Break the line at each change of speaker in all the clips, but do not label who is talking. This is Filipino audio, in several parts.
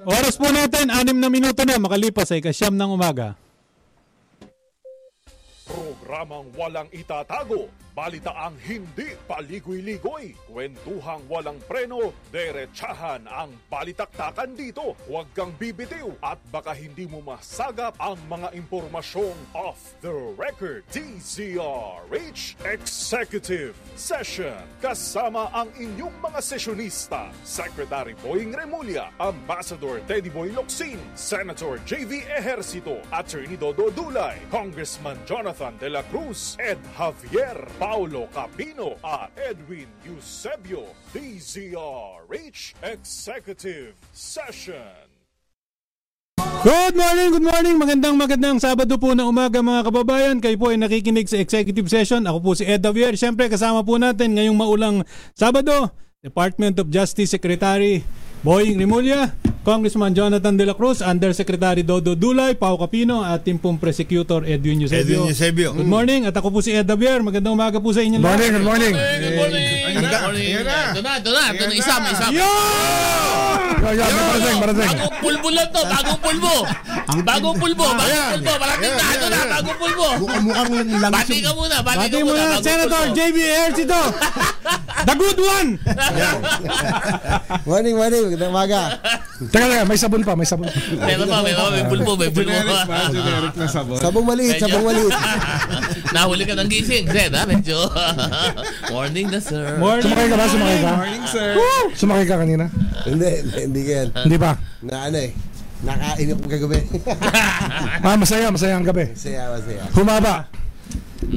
Oras po natin, anim na minuto na makalipas ay kasyam ng umaga.
Programang walang itatago, balitaang hindi paligoy-ligoy, kwentuhang walang preno, derechahan ang balitaktakan dito. Huwag kang bibitiw at baka hindi mo masagap ang mga impormasyong off the record. DZRH Executive Session kasama ang inyong mga sesyonista, Secretary Boying Remulla, Ambassador Teddy Boy Locsin, Senator JV Ejercito, Attorney Dodo Dulay, Congressman Jonathan de la Cruz, Ed Javier, Paulo Capino, at Edwin Eusebio, DZRH Executive Session.
Good morning, good morning. Magandang magandang Sabado po na umaga mga kababayan. Kayo po ay nakikinig sa executive session. Ako po si Ed Davier. Siyempre kasama po natin ngayong maulang Sabado, Department of Justice Secretary Boying Rimulya, Congressman Jonathan De La Cruz, Undersecretary Dodo Dulay, Pao Capino, at Team pong Prosecutor Edwin Eusebio.
Edwin Eusebio.
Good morning. At ako po si Ed Davier. Magandang umaga po sa inyo lahat.
Morning, good morning.
Good morning.
Ang
Good
ga-
morning.
ayan na.
Ito na, ito na. Ito na.
Ayan
Isa,
na.
isa.
Yo, yo, may parating, parating.
Bagong pulbo lang to. Bagong pulbo. Bagong pulbo. Bagong
Ayan.
pulbo. Maraming
Ayan,
na. Ito na.
ayan.
Bagong pulbo.
Mukhang mukhang langis
Bati ka
yung...
muna. Bati ka
Pati mo
muna.
na,
bagong
Senator
pulbo.
JB Ercito. The good one!
Morning, morning. Magandang umaga.
Teka, teka, may sabon pa, may sabon pa.
Meron pa, meron pa. May pulbo, may pulbo.
generic na sabon.
Sabong maliit,
Medyo-
sabong maliit.
Nahuli ka ng gising, Zed, ha? Medyo. Morning na, sir.
Morning.
Sumakay ka ba? Sumakay ka?
Morning, sir.
Sumakay ka kanina?
hindi, hindi, hindi ka yan.
Hindi ba?
Na ano eh. Nakain ako kagabi.
Ah, masaya, masaya ang gabi.
masaya, masaya.
Humaba.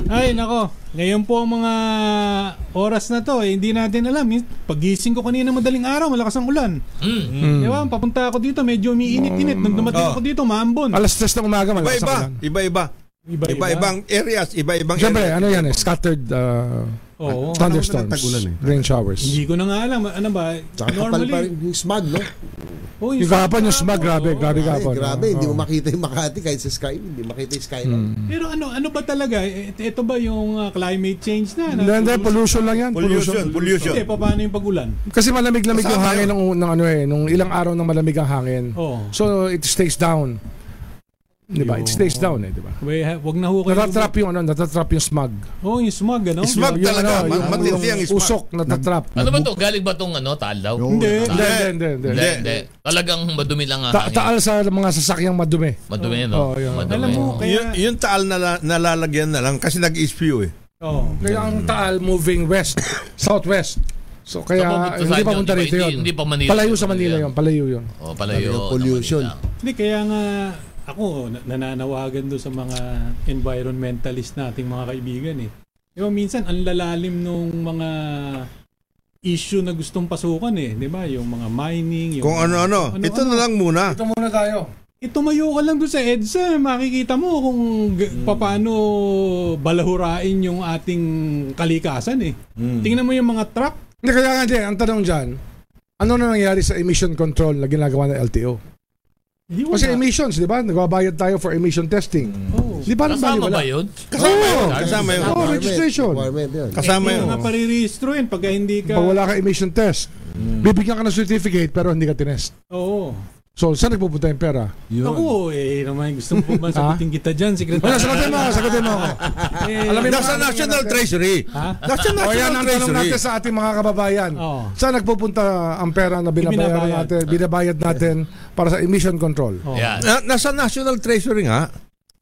Ay, nako. Ngayon po ang mga oras na to, eh, hindi natin alam. Yung Pagising ko kanina madaling araw, malakas ang ulan. Mm. Diba? Papunta ako dito, medyo umiinit-init. Nung dumating
Oh.
ako dito, maambon.
Alas 3 ng umaga, malakas ang
Iba-iba.
ulan.
Iba-iba. Iba-ibang areas. Iba-ibang
Siyempre,
areas.
ano yan eh, scattered uh,
Oo.
thunderstorms,
Ano naman nagtagulan eh?
rain showers.
Hindi ko na nga alam. Ano ba?
Tsaka kapal pa rin yung smog, no?
Oh,
Yung kahapon, yung smog,
Oo.
grabe,
Grabe,
grabe kahapon.
grabe.
Oo.
Hindi mo makita yung Makati kahit sa sky. Hindi makita yung skyline.
Pero ano ano ba talaga? E- Ito ba yung ah, climate change na?
Hindi, hindi, pollution lang yan.
Pollution. Pollution.
Hindi, pa- paano yung pag-ulan?
Kasi malamig-lamig yung
Kasama
hangin
yun.
ng, ng ano eh, nung ilang araw ng malamig ang hangin.
Oo.
So it stays down. 'Di ba? It stays down eh, 'di ba?
Wait, ha- wag na ho kayo.
Natatrap yung ano, natatrap yung smog.
Oh, yung smog, ano?
Smog
Yung
talaga.
ano, yung-
Matindi ang
yung
smog.
Usok natatrap.
Ano ba to? Galing ba tong ano, talaw?
Hindi.
Hindi, hindi, hindi,
Hindi,
hindi.
hindi. Talagang madumi lang ang
Ta-
hangin.
taal sa mga sasakyang madumi.
Madumi, no?
Oh, yun.
Madumi.
Alam mo,
Yun,
kaya...
yung taal na la- nalalagyan na lang kasi nag-spew eh.
Oh.
Kaya ang taal moving west, southwest. So kaya
So, pupunta
hindi
saan
papunta
yun? Di ba?
rito
Hindi-
yun.
hindi pa Manila.
Palayo sa Manila yun, palayo yun.
Oh, palayo.
Sabi ng
ng
pollution.
Manila.
Hindi, kaya nga ako na- nananawagan do sa mga environmentalist nating mga kaibigan eh. Di ba minsan ang lalalim nung mga issue na gustong pasukan eh, di ba? Yung mga mining, yung
Kung ano- ano-ano.
Ano-ano.
Ito na lang muna.
Ito muna tayo.
Itumayo ka lang doon sa EDSA, makikita mo kung g- paano balahurain yung ating kalikasan eh. Tingnan mo yung mga truck.
Hindi kaya nga din, ang tanong dyan, ano na nangyari sa emission control na ginagawa ng LTO?
Hindi
Kasi
wala.
emissions, di ba? Nagbabayad tayo for emission testing.
Oo.
Di ba?
Kasama ba
wala?
yun?
Kasama yun.
Oo.
Kasama yun.
Oo.
Requirement,
registration.
Requirement yun.
Kasama
Hindi
yun.
mo nga parirehistro yun pagka hindi ka...
Pag wala kang emission test, bibigyan ka ng certificate pero hindi ka tinest.
Oo.
So, saan nagpupunta yung pera?
Ako eh, naman gusto mo ba sagutin kita dyan,
Wala,
Secretary?
sagutin mo ako, sagutin mo ako.
Eh,
Alam mo yung
Nasa
mga-
National Treasury. Nasa
O
National
yan ang tanong
Treasury.
natin sa ating mga kababayan.
Oo.
Saan nagpupunta ang pera na binabayaran
Ibinabayad.
natin, binabayad natin para sa emission control?
Oh.
Yan.
Na- Nasa National Treasury nga.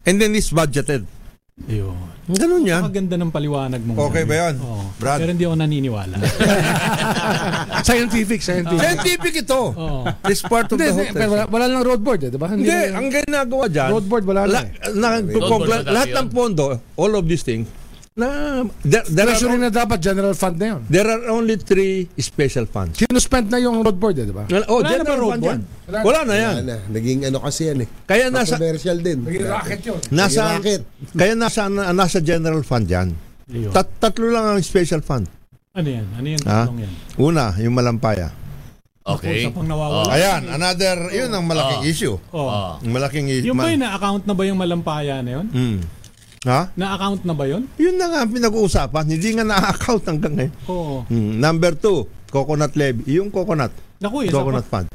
And then it's budgeted.
Ayun.
Ganun yan.
Maganda ng paliwanag mo.
Okay ba yun?
Oo.
Brad?
Pero hindi ako naniniwala.
Scientific, scientific.
Scientific ito.
Oo.
This part of
Ah. Hindi,
the
hindi,
whole
pero wala,
thing.
wala lang road board, eh, di ba?
Hindi,
na-
ang ginagawa dyan,
road board wala na.
la,
eh.
na,
board na dati
lahat
yun.
ng pondo, all of these things, na, there, there, are,
Treasury
on-
na dapat, general fund na yon.
there are only three special funds.
Sinuspend na yung road board, eh, di ba?
Wala na
Oh,
ba
general
road
fund
board?
yan. Wala na yan.
Ano, naging ano kasi yan eh.
Kaya nasa,
Commercial din.
yun.
nasa,
racket.
kaya nasa, nasa general fund yan.
Ayun.
Tat, tatlo lang ang special fund.
Ano yan? Ano yan?
Ha?
Tanong yan?
Una, yung malampaya.
Okay.
Usapang nawawala.
Ayan, another, yun ang malaking issue.
Oh.
Oh.
Ah,
Ang Malaking issue.
Yung ba yung na-account na ba yung malampaya na yun?
Mm. Ha?
Na-account na ba yun?
Yun na nga ang pinag-uusapan. Hindi nga na-account hanggang ngayon.
Oo.
Hmm. Number two, coconut levy. Yung coconut.
Naku, isa,
coconut
pa-
fund.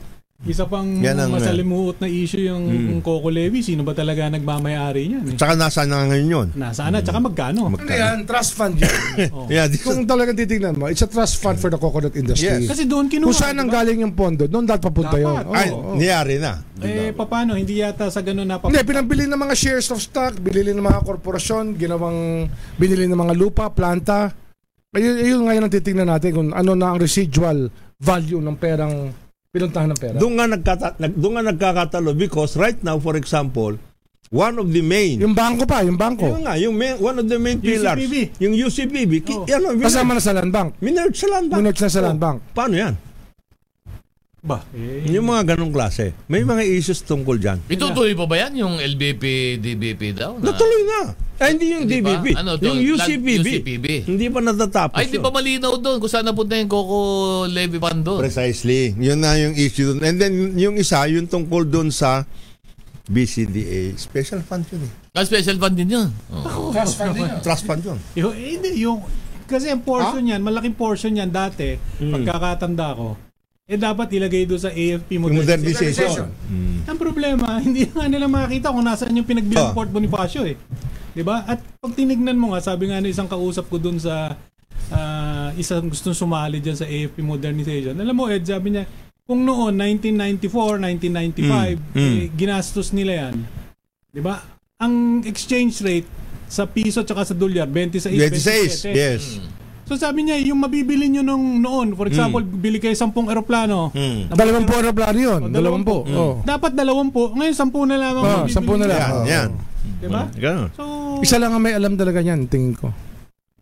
isa pang
Yan ang- Hmm.
masalimuot na issue yung yung Coco Levy. Sino ba talaga nagmamayari niyan? Eh?
Tsaka nasa na ngayon yun.
Nasaan na? Tsaka
Hmm.
magkano?
Ano yan? Trust fund yan.
Yeah, this
Kung talagang titignan mo, it's a trust fund for the coconut industry.
Yes.
Kasi doon kinuha.
Kung saan ang
diba?
galing yung pondo, doon dapat papunta
Dapat.
yun. Oo,
ay,
oo.
niyari na.
Eh, papano? Hindi yata sa ganun na
Hindi, pinambili ng mga shares of stock, binili ng mga korporasyon, ginawang, binili ng mga lupa, planta. Ayun, ayun ngayon ang titignan natin kung ano na ang residual value ng perang, pinuntahan ng pera.
Doon nga, nagkata, nag- doon nga nagkakatalo because right now, for example, one of the main, yung,
Yung bangko pa, yung bangko.
nga, yung main, one of the main pillars,
UCPB.
yung UCPB, ki,
Oh.
ano,
Kasama na sa land bank.
minerge sa land bank.
Minerge na sa land
Oh,
bank.
Paano yan?
ba? Eh,
Yung mga ganong klase. May mga issues tungkol dyan.
Itutuloy pa ba yan yung LBP, DBP daw? Na,
Natuloy na. Ay, hindi yung
Ah. Hindi
DBB.
pa. Ano to?
yung UCPB.
Land- UCPB.
Hindi pa natatapos.
ay, di
yun.
ba malinaw doon kung saan napunta yung Coco Levy Fund doon?
Precisely. Yun na yung issue doon. And then, yung isa, yung tungkol doon sa BCDA. Special fund yun eh.
Ah, special fund din yun. Oh.
Trust fund yun.
yung, eh, hindi, yung, kasi ang portion yan, malaking portion yan dati, pagkakatanda ko, eh dapat ilagay doon sa AFP
Yung
modernization.
modernization.
Ang problema, hindi na nga nila makita kung nasaan yung pinagbilang
Oh.
Port Bonifacio eh. 'Di ba? At pag tinignan mo nga, sabi nga ng isang kausap ko dun sa ah, isang gustong sumali diyan sa AFP modernization. Alam mo Ed, sabi niya, kung noon 1994, 1995, eh, ginastos nila 'yan. 'Di ba? Ang exchange rate sa piso tsaka sa dolyar 26
26.
27.
Yes.
So sabi niya, yung mabibili nyo nung noon, for example, bili kayo 10 eroplano. Napakiram-
Mm.
Dalawang po na plano yun.
Oh,
Dalawang po.
dalawampu.
Oo.
dapat dalawang po. Ngayon, sampu na lamang.
Oo,
ang
Oh, sampu na
bibili.
lang.
Yan,
Oo.
yan.
Diba?
Ganun.
So,
Isa lang ang may alam talaga niyan, tingin ko.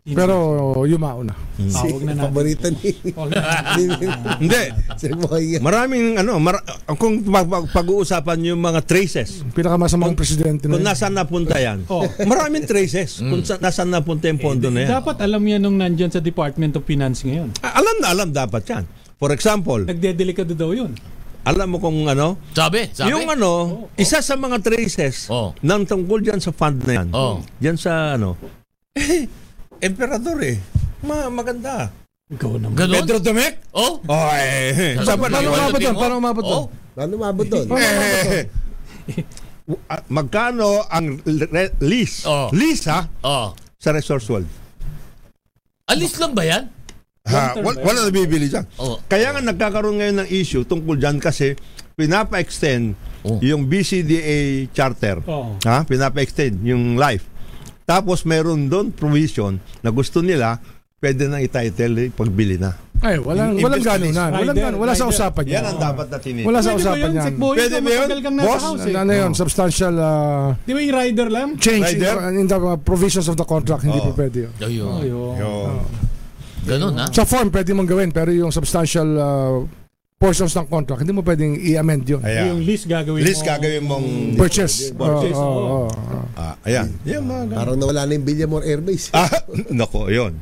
Pero oh, yumao na.
Ah, huwag na natin.
Paborito ni...
Huwag na natin.
Hindi.
Sir Boy.
Maraming ano, mar- kung pag- pag- pag-uusapan yung mga traces,
Pinakamasamang presidente na
kung
yun.
nasaan napunta yan,
Oh.
maraming traces
Mm.
kung sa- nasaan napunta yung pondo na yan.
dapat alam yan nung nandyan sa Department of Finance ngayon.
Ah, Alam na alam dapat yan. For example,
Nagdedelikado daw yun.
alam mo kung ano,
Sabi, sabi.
Yung ano, isa sa mga traces
Oh.
ng tungkol dyan sa fund na yan.
Oh.
Dyan sa ano. Eh, emperador eh. Ma maganda.
Ikaw naman.
Ganun?
Pedro Domecq?
Oh?
Oh, eh.
Ganun?
Sa pa-
Paano
Iwan
umabot
sabihin
doon?
mo?
Paano umabot doon?
Oh.
Paano mabot Ano doon?
Eh, Ah, Magkano ang re- lease?
Oh.
Lease ha?
Oh.
Sa Resource World.
Alis lang ba yan?
Ha,
term
wal-
ba yun?
wala na bibili dyan.
Oh.
Kaya nga nagkakaroon ngayon ng issue tungkol dyan kasi pinapa-extend
Oh.
yung BCDA charter.
Oo.
Ha? Pinapa-extend yung life. Tapos meron doon provision na gusto nila pwede nang i-title eh, pagbili na.
Ay, walang, walang
Investor
gano'n
is
na. Walang
rider,
ganun. Wala sa
rider.
usapan
Yan
niya.
ang dapat na tinin.
Wala sa
Pwede ba
usapan
yun,
niya.
Sek Boy?
Pwede
Ikaw
ba yun?
matagal kang nasa
Boss?
house eh.
Ano yun? Substantial ah,
Di ba yung rider lang?
change in
Rider?
the, in the uh, provisions of the contract. Hindi
Oo.
pa pwede yun.
Ayun.
Ayun.
Yo.
Ganun ha?
Sa form, pwede mong gawin. Pero yung substantial ah, portions ng contract, hindi mo pwedeng i-amend yun.
Yung
Ayan.
list gagawin
List
mo.
gagawin mong...
Purchase.
Purchase,
Oo,
oo.
oo, oo.
Ah, ayan. Yan, mga ganun.
Parang nawala na yung Villamore Airbase.
Ah, nako, yun.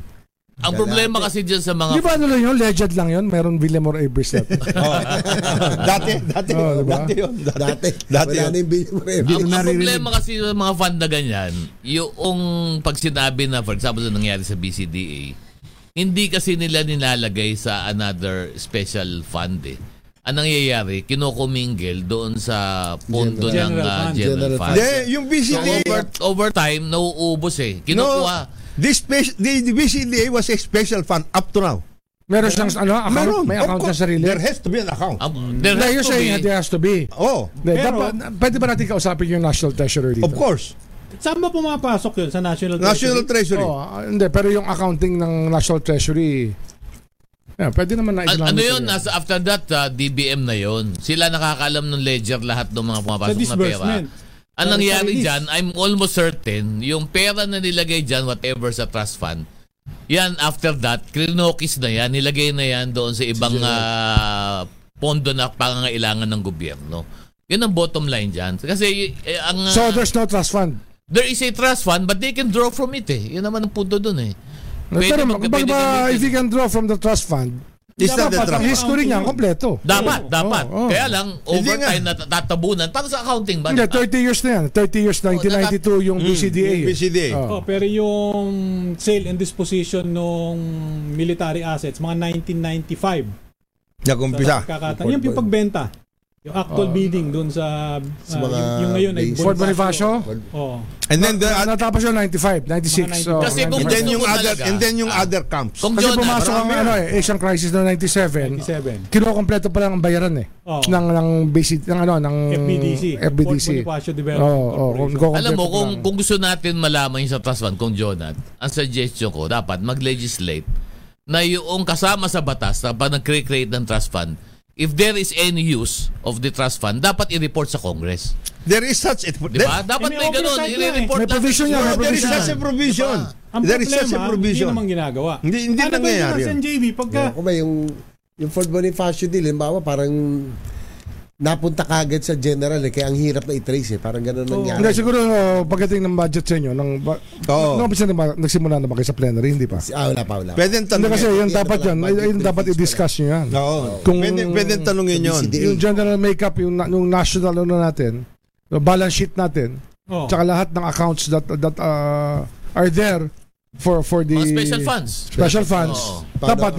Ang problema kasi dyan sa mga...
Di ba ano lang yun? Legend lang yun? Meron Villamor Abris natin.
Oh. dati, dati,
Oh, diba?
dati yun. Dati,
Dati,
dati
wala
yun.
na yung Villamore Airbase.
Ang, ang
naririnig.
problema kasi sa mga fund na ganyan, yung pag sinabi na, for example, na nangyari sa BCDA, hindi kasi nila nilalagay sa another special fund eh. Ang nangyayari, kinokommingle doon sa pondo ng
General
ah,
fund.
general
General
fund.
Hindi, yung BCDA.
Over, over time, nauubos eh.
No,
Kinukuha.
this special, the, the BCDA was a special fund up to now.
Meron siyang ano, account? May
of
account
course.
na sarili?
There has to be an account.
Ang- Um, there has
Like you're
to
saying
be-
that there has to be.
oh,
Hindi,
Pero-
dapat, pwede ba natin kausapin yung National Treasurer dito?
of course.
Saan ba pumapasok yun? Sa National
National
Treasury?
Treasury.
Oo, ah, hindi, pero yung accounting ng National Treasury, yeah, pwede naman na
An-
i-denominate
ano yun?
yun.
Nasa after that, ah, DBM na yun. Sila nakakaalam ng ledger lahat ng mga
Sa
pumapasok na pera.
disbursement.
Ang
Sa- sa
nangyari
release.
dyan, I'm almost certain, yung pera na nilagay dyan, whatever sa trust fund, yan, after that, krinokis na yan, nilagay na yan doon sa ibang ah, pondo na pangangailangan ng gobyerno. Yun ang bottom line dyan. Kasi eh, ang...
So there's no trust fund.
There is a trust fund but they can draw from it eh. Yun naman ang punto dun eh.
pero
mag-
kung ba,
pwede
ba,
gamitin.
if you can draw from the trust fund,
It's not a
Dapat ang
trust fund.
history niya, kompleto.
Dapat, dapat.
oo.
Kaya lang,
Hindi
overtime na tatabunan. Para sa accounting ba?
Hindi, 30 years na yan. 30 years, 1992 yung BCDA. eh.
PCDA.
Oh,
Oo.
pero yung sale and disposition ng military assets, mga 1995.
Nag-umpisa.
Kakata- yung, yung pagbenta. Yung actual bidding dun sa,
Sa
ah,
mga
yung, yung ngayon ay
base.
Fort Bonifacio?
Oh.
And then the,
At natapos yun 95, 96. oh,
Kasi kung
and then
95.
yung
Gusto ko
other
talaga.
and then yung other camps.
Kung
kasi
Jonah,
pumasok ang
marami
ano eh, Asian crisis noong 97.
97.
Kinukompleto pa lang ang bayaran eh.
Oo.
Ng ng basic ng ano ng
FBDC.
FBDC.
Fort Bonifacio Development
Oo, oo, Oh, kung
Corporation.
kinukompleto
Alam mo,
pa
kung,
lang.
kung gusto natin malaman yung sa trust fund, kung Jonat, ang suggestion ko, dapat mag-legislate na yung kasama sa batas na pag nag-create ng trust fund, if there is any use of the trust fund, dapat i-report sa Congress.
There is such it.
Di ba? Dapat
Eh, may
may ganun.
oversight na eh.
I-report
May provision yan, may
There, there is
provision.
such a provision.
Ang
There is
problema,
such a
hindi
provision.
naman ginagawa.
Hindi- hindi
ano ba
nangyayari
yung nasa
yun.
JV? Pagka,
Kung ba yung, yung Fort Bonifacio deal, halimbawa parang napunta kagad sa general eh, kaya ang hirap na i-trace eh. Parang ganun nangyari.
Hindi, siguro oh, pagdating ng budget sa inyo, ng, ba,
Oo.
nung umpisa na ba- nagsimula na ba kayo sa plenary, hindi pa?
Ah, wala pa, wala pa.
Oh. Pwede
Hindi
tanongin.
kasi yun
Hindi,
dapat
wala.
yun,
Budget
yun dapat
briefings
i-discuss nyo yan.
Oo.
Kung-
Pwede, pwede tanongin yun.
Hindi.
Yung general makeup, yung, na- yung national ano natin, yung balance sheet natin,
oh.
tsaka lahat ng accounts that, that uh, are there for for the
Mga special funds.
special funds.
Oo.
Dapat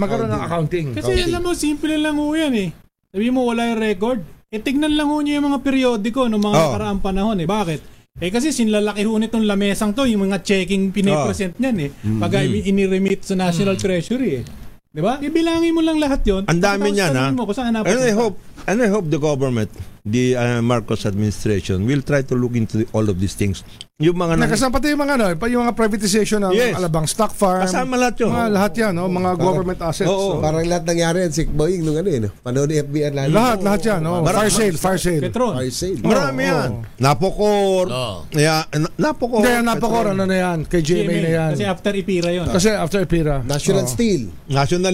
Paano
magkaroon ng accounting.
Kasi
Okay.
alam mo, simple lang ho yan eh. Sabi mo, wala yung record. Eh, tignan lang ho niyo yung mga periodiko noong mga
Oo.
nakaraang panahon eh. Bakit? Eh kasi sinlalaki ho nitong lamesang to, yung mga checking
Oh.
pinipresent niyan eh.
Mm-hmm.
Pag mm iniremit sa National Treasury eh. Di ba? Ibilangin mo lang lahat yon.
Mm. Ang dami niyan, ha?
Mo, kung saan
And
napunta.
I hope, and I hope the government, the uh, Marcos administration, will try to look into all of these things. Yung mga nang-
Nakasama pati yung mga ano, pa- yung mga privatization ng
Yes.
Alabang Stock Farm.
Kasama lahat yun.
Mga lahat yan, no? mga government assets. oh.
Oo.
no?
Parang lahat nangyari yan, sick boying nung ano yun. Panahon ni FBR lalo.
Lahat, lahat yan. No?
Marami-
Fire sale, fire sale.
Petron.
Fire sale.
marami
Oo,
yan.
oo.
Napokor.
Oo.
Yeah, na- napokor.
Hindi, napakor, ano
Petrol.
na yan, kay GMA, na yan.
Kasi after Ipira yon.
Kasi after Oh. Epira.
National
Oo.
Steel.
National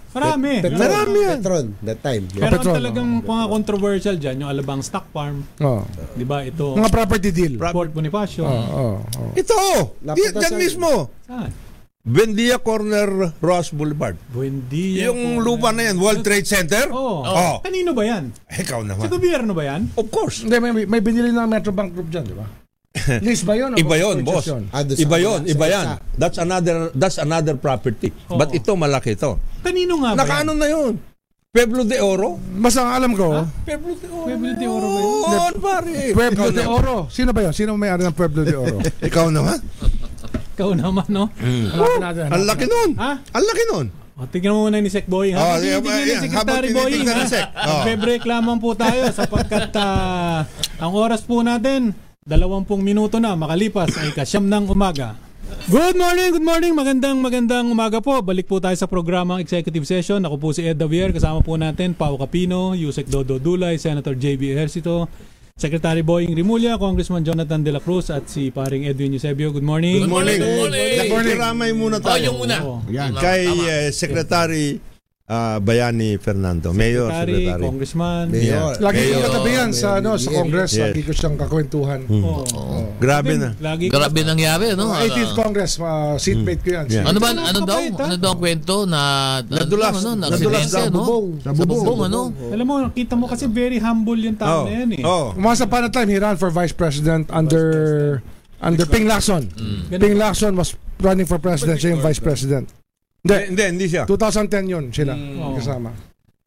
Eh, Marami.
Petron.
Marami yan.
Petron, that time.
Pero ang
Petron,
talagang mga controversial dyan, yung Alabang Stock Farm,
Oo.
di ba? Ito,
Oh. Mga Oh. property deal. Oo,
Fort Bonifacio.
oo, oo.
Ito.
Napunta
Yan, yan
sa-
mismo.
Saan?
Buendia Corner, Ross Boulevard.
Buendia.
Yung lupa na yan, World Trade Center?
Oo.
Oh.
Kanino ba yan?
Ikaw
Sa
naman.
gobyerno ba yan?
Of course.
Hindi, may, may binili ng Metro Bank Group dyan, di ba? Lease ba yun? o
Iba yon, boss.
purchase yun?
Ah, doon sa-
Iba yon,
sa
iba
isa.
yan. That's another that's another property.
Oo.
But ito malaki ito.
Kanino nga ba
Nakaano na yun? Pueblo de Oro?
Basta ang alam ko,
Pueblo de Oro.
Pueblo de Oro ba yun?
Oo, pare.
Pueblo
Ikaw
de
na-
Oro. Sino ba yun? Sino may ari ng Pueblo de Oro?
Ikaw naman.
yan? Ikaw naman, no?
Hanapin natin.
Ang laki nun.
Ha?
Ang laki nun.
O, tignan mo muna ni Sec Boying.
Oh,
Ha? Hindi,
yeah, yeah,
tignan ni Secretary
habang
Boying.
tinitignan
Ha?
ni Sec. Oh.
Nagbe-break lamang po tayo sapagkat ah, ang oras po natin, 20 minuto na makalipas ay kasyam ng umaga. Good morning, good morning. Magandang magandang umaga po. Balik po tayo sa programang Executive Session. Ako po si Ed Davier. Kasama po natin Pao Capino, Yusek Dodo Dulay, Senator JB Ejercito, Secretary Boying Rimulya, Congressman Jonathan De La Cruz at si paring Edwin Eusebio. Good morning.
Good morning. Good
Good
morning.
morning. Kiramay muna
Oh,
tayo.
yung una.
Oo.
Yan.
Tama,
Kay
tama.
eh, Secretary ah, Bayani Fernando. Mayor
Secretary,
Secretary.
Congressman.
Mayor.
Lagi
Mayor.
kong katabi yan sa, ano, sa
Mayor.
Congress.
Yes. Hmm.
Lagi ko siyang kakwentuhan.
Oo.
Grabe na.
Oh. Lagi
Grabe nangyari, no?
Mga 18th Congress, mga seatmate ko yan.
Yeah.
Ano ba,
Ganun
ano daw,
kabait, ha?
ano daw ang kwento na, na
Nadulas.
ano, na
Nadulas
aksidente,
sa
no?
bubong.
Sa bubong, ano?
Alam mo, kita mo kasi very humble yung tao
Oh.
na yan eh.
Oh.
Once upon a time, he ran for vice president under under Ping Lacson. Ping Lacson was running for president. Siya yung vice president.
Hindi, hindi, hindi siya.
2010 yun sila
Oo.
kasama.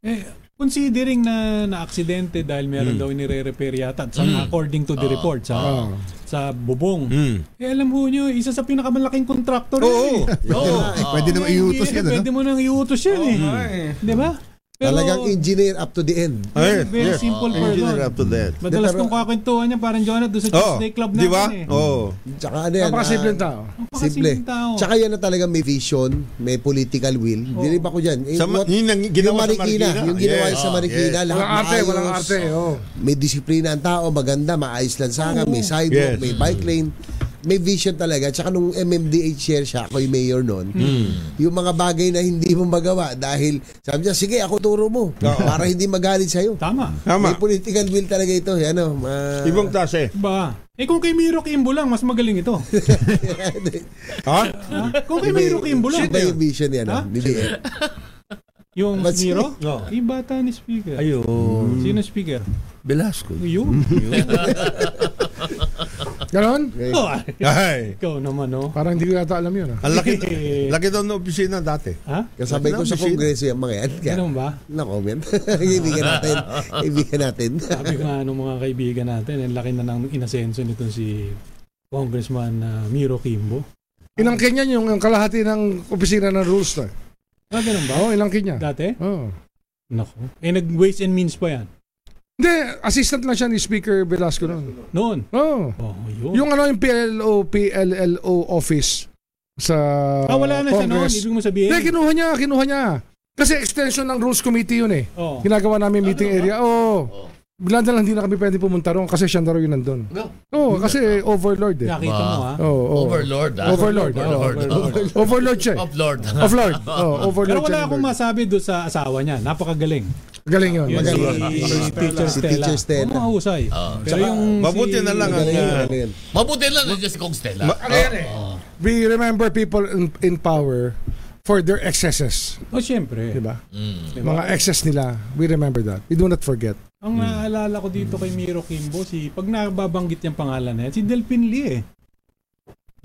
Eh, considering na na-aksidente dahil meron
Hmm.
daw inire-repair yata sa, according to the report sa
Oo.
Oh.
sa bubong.
Mm.
Eh alam ho nyo, isa sa pinakamalaking contractor
Oo.
yun eh.
Oo.
Eh, pwede naman iutos yan, ano?
Pwede mo nang iutos yan eh. Di ba? Pero,
Talagang engineer up to the end.
Ayun,
very
yes.
simple
Engineer
person.
up to that.
Madalas
Pero-
kong kakwentuhan niya parang Jonah doon sa
Oh,
Tuesday Club
di ba?
natin eh.
Oh.
Tsaka ano yan.
Napakasimpleng
ah,
tao.
Simple.
Napakasimpleng tao.
Tsaka yan na talaga may vision, may political will. Dinib ako dyan. Eh,
Sa, ma-
what-
yun ang
yung
ginawa sa
Marikina,
Marikina.
yung ginawa
Yes.
sa Marikina, lahat
Walang arte,
maayos.
walang arte. Oh.
May disiplina ang tao, maganda, maayos lang sa akin, may
Yes.
sidewalk, may bike lane. May vision talaga. Tsaka nung MMDH chair siya, ako yung mayor noon,
Hmm.
yung mga bagay na hindi mo magawa dahil sabi niya, sige, ako turo mo. Para hindi magalit sa'yo.
Tama.
Tama.
May political will talaga ito. eh, Ano, ma-
Ibang klase.
Ba? Eh kung kay Miro Kimbo lang, mas magaling ito.
Ha?
Ha? Kung kay Miro Kimbo lang.
Iba yung vision yan.
Ha?
Hindi.
Yung
Ba't si-
Miro?
Oo.
Yung bata ni Speaker.
Ayun.
Sino Speaker?
Velasco.
Yun.
Ganon?
Oh, ah,
Ay.
ikaw naman, oh. Eh,
Parang hindi ko yata alam yun. Ah.
Ang laki, laki daw ng opisina dati.
Ha?
Kasabay ko sa
Machine.
kongreso yung mga yan. Kaya,
Ganun ba?
na-comment. Ibigan natin. Ibigan natin.
Sabi ko nga nung mga kaibigan natin, ang laki na ng inasenso nitong si Congressman ah, Miro Kimbo.
Inangkin niya yung, yung kalahati ng opisina ng rules na.
Ah, ganun ba?
Oo, oh, inangkin niya.
Dati?
Oo.
Nako. Eh, nag-ways and means pa yan.
Hindi, assistant lang siya ni Speaker Velasco noon.
Noon.
Oo.
Oh, yun.
Yung ano yung PLO, PLLO office sa
ah, wala na siya noon.
Congress.
Ibig mo sabihin.
Hindi, kinuha niya, kinuha niya. Kasi extension ng Rules Committee yun eh.
Oh.
Ginagawa namin meeting area. Oo. Oh.
Oo.
Bigla na lang hindi na kami pwede pumunta roon kasi siya na raw yun nandun.
No.
Oo, kasi overlord eh.
Nakita mo,
Ba.
ha?
Oo, oo.
Overlord. ah.
Oh. Overlord.
Overlord.
Overlord.
Overlord siya eh.
Of Lord.
Of Lord. Oh,
Pero
overlord siya
wala
ng
akong
Lord.
masabi doon sa asawa niya. Napakagaling.
Galing yun.
Yun
Magaling.
si,
Si
Teacher
Si
Stella.
Teacher Stella.
Oo, mahusay. Pero yung
Ah, Mabuti
si-
na lang ang
Magaling yun.
ah,
Ano yun?
Mabuti lang nandiyan si Kong Stella.
Ma-
We remember people in, in power for their excesses.
Oh, syempre.
Di ba?
Mm.
Mga excess nila. We remember that. We do not forget.
Ang naaalala ko dito kay Miro Kimbo, si, pag nababanggit yung pangalan na yan, si Delphine Lee eh.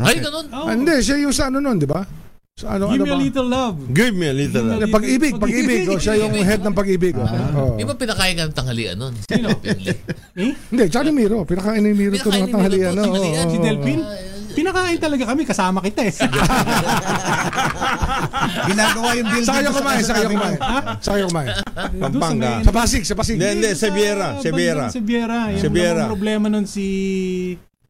Ay, ganun.
Oh,
Ah, Hindi, siya yung sa ano nun, di ba? Sa ano,
give
ano
me
ba?
a little love.
Give me a
Give me
little.
a
love.
Hindi, Pag-ibig, pag-ibig. Oh, siya yung head ng pag-ibig. Oh. Oo.
Di ba pinakain ka ng tanghalian nun? Sino?
Hindi, tsaka ni Miro. Pinakain ni Miro ito
Pinakain ni Miro
ng
to,
tanghalian. Oh,
tanghalian,
Si Delphine, pinakain talaga kami, kasama kita eh.
Ginagawa yung building.
Sa kayo
ko sa
kumain, sa kayo kumain. Sa kayo kumain.
Doon sa
Pampanga.
may-
Sa Pasig, sa Pasig.
Hindi, hindi.
Doon
Sa Viera,
bandang
sa Viera.
Sa Viera. Yung
Sa Viera.
namang problema nun si...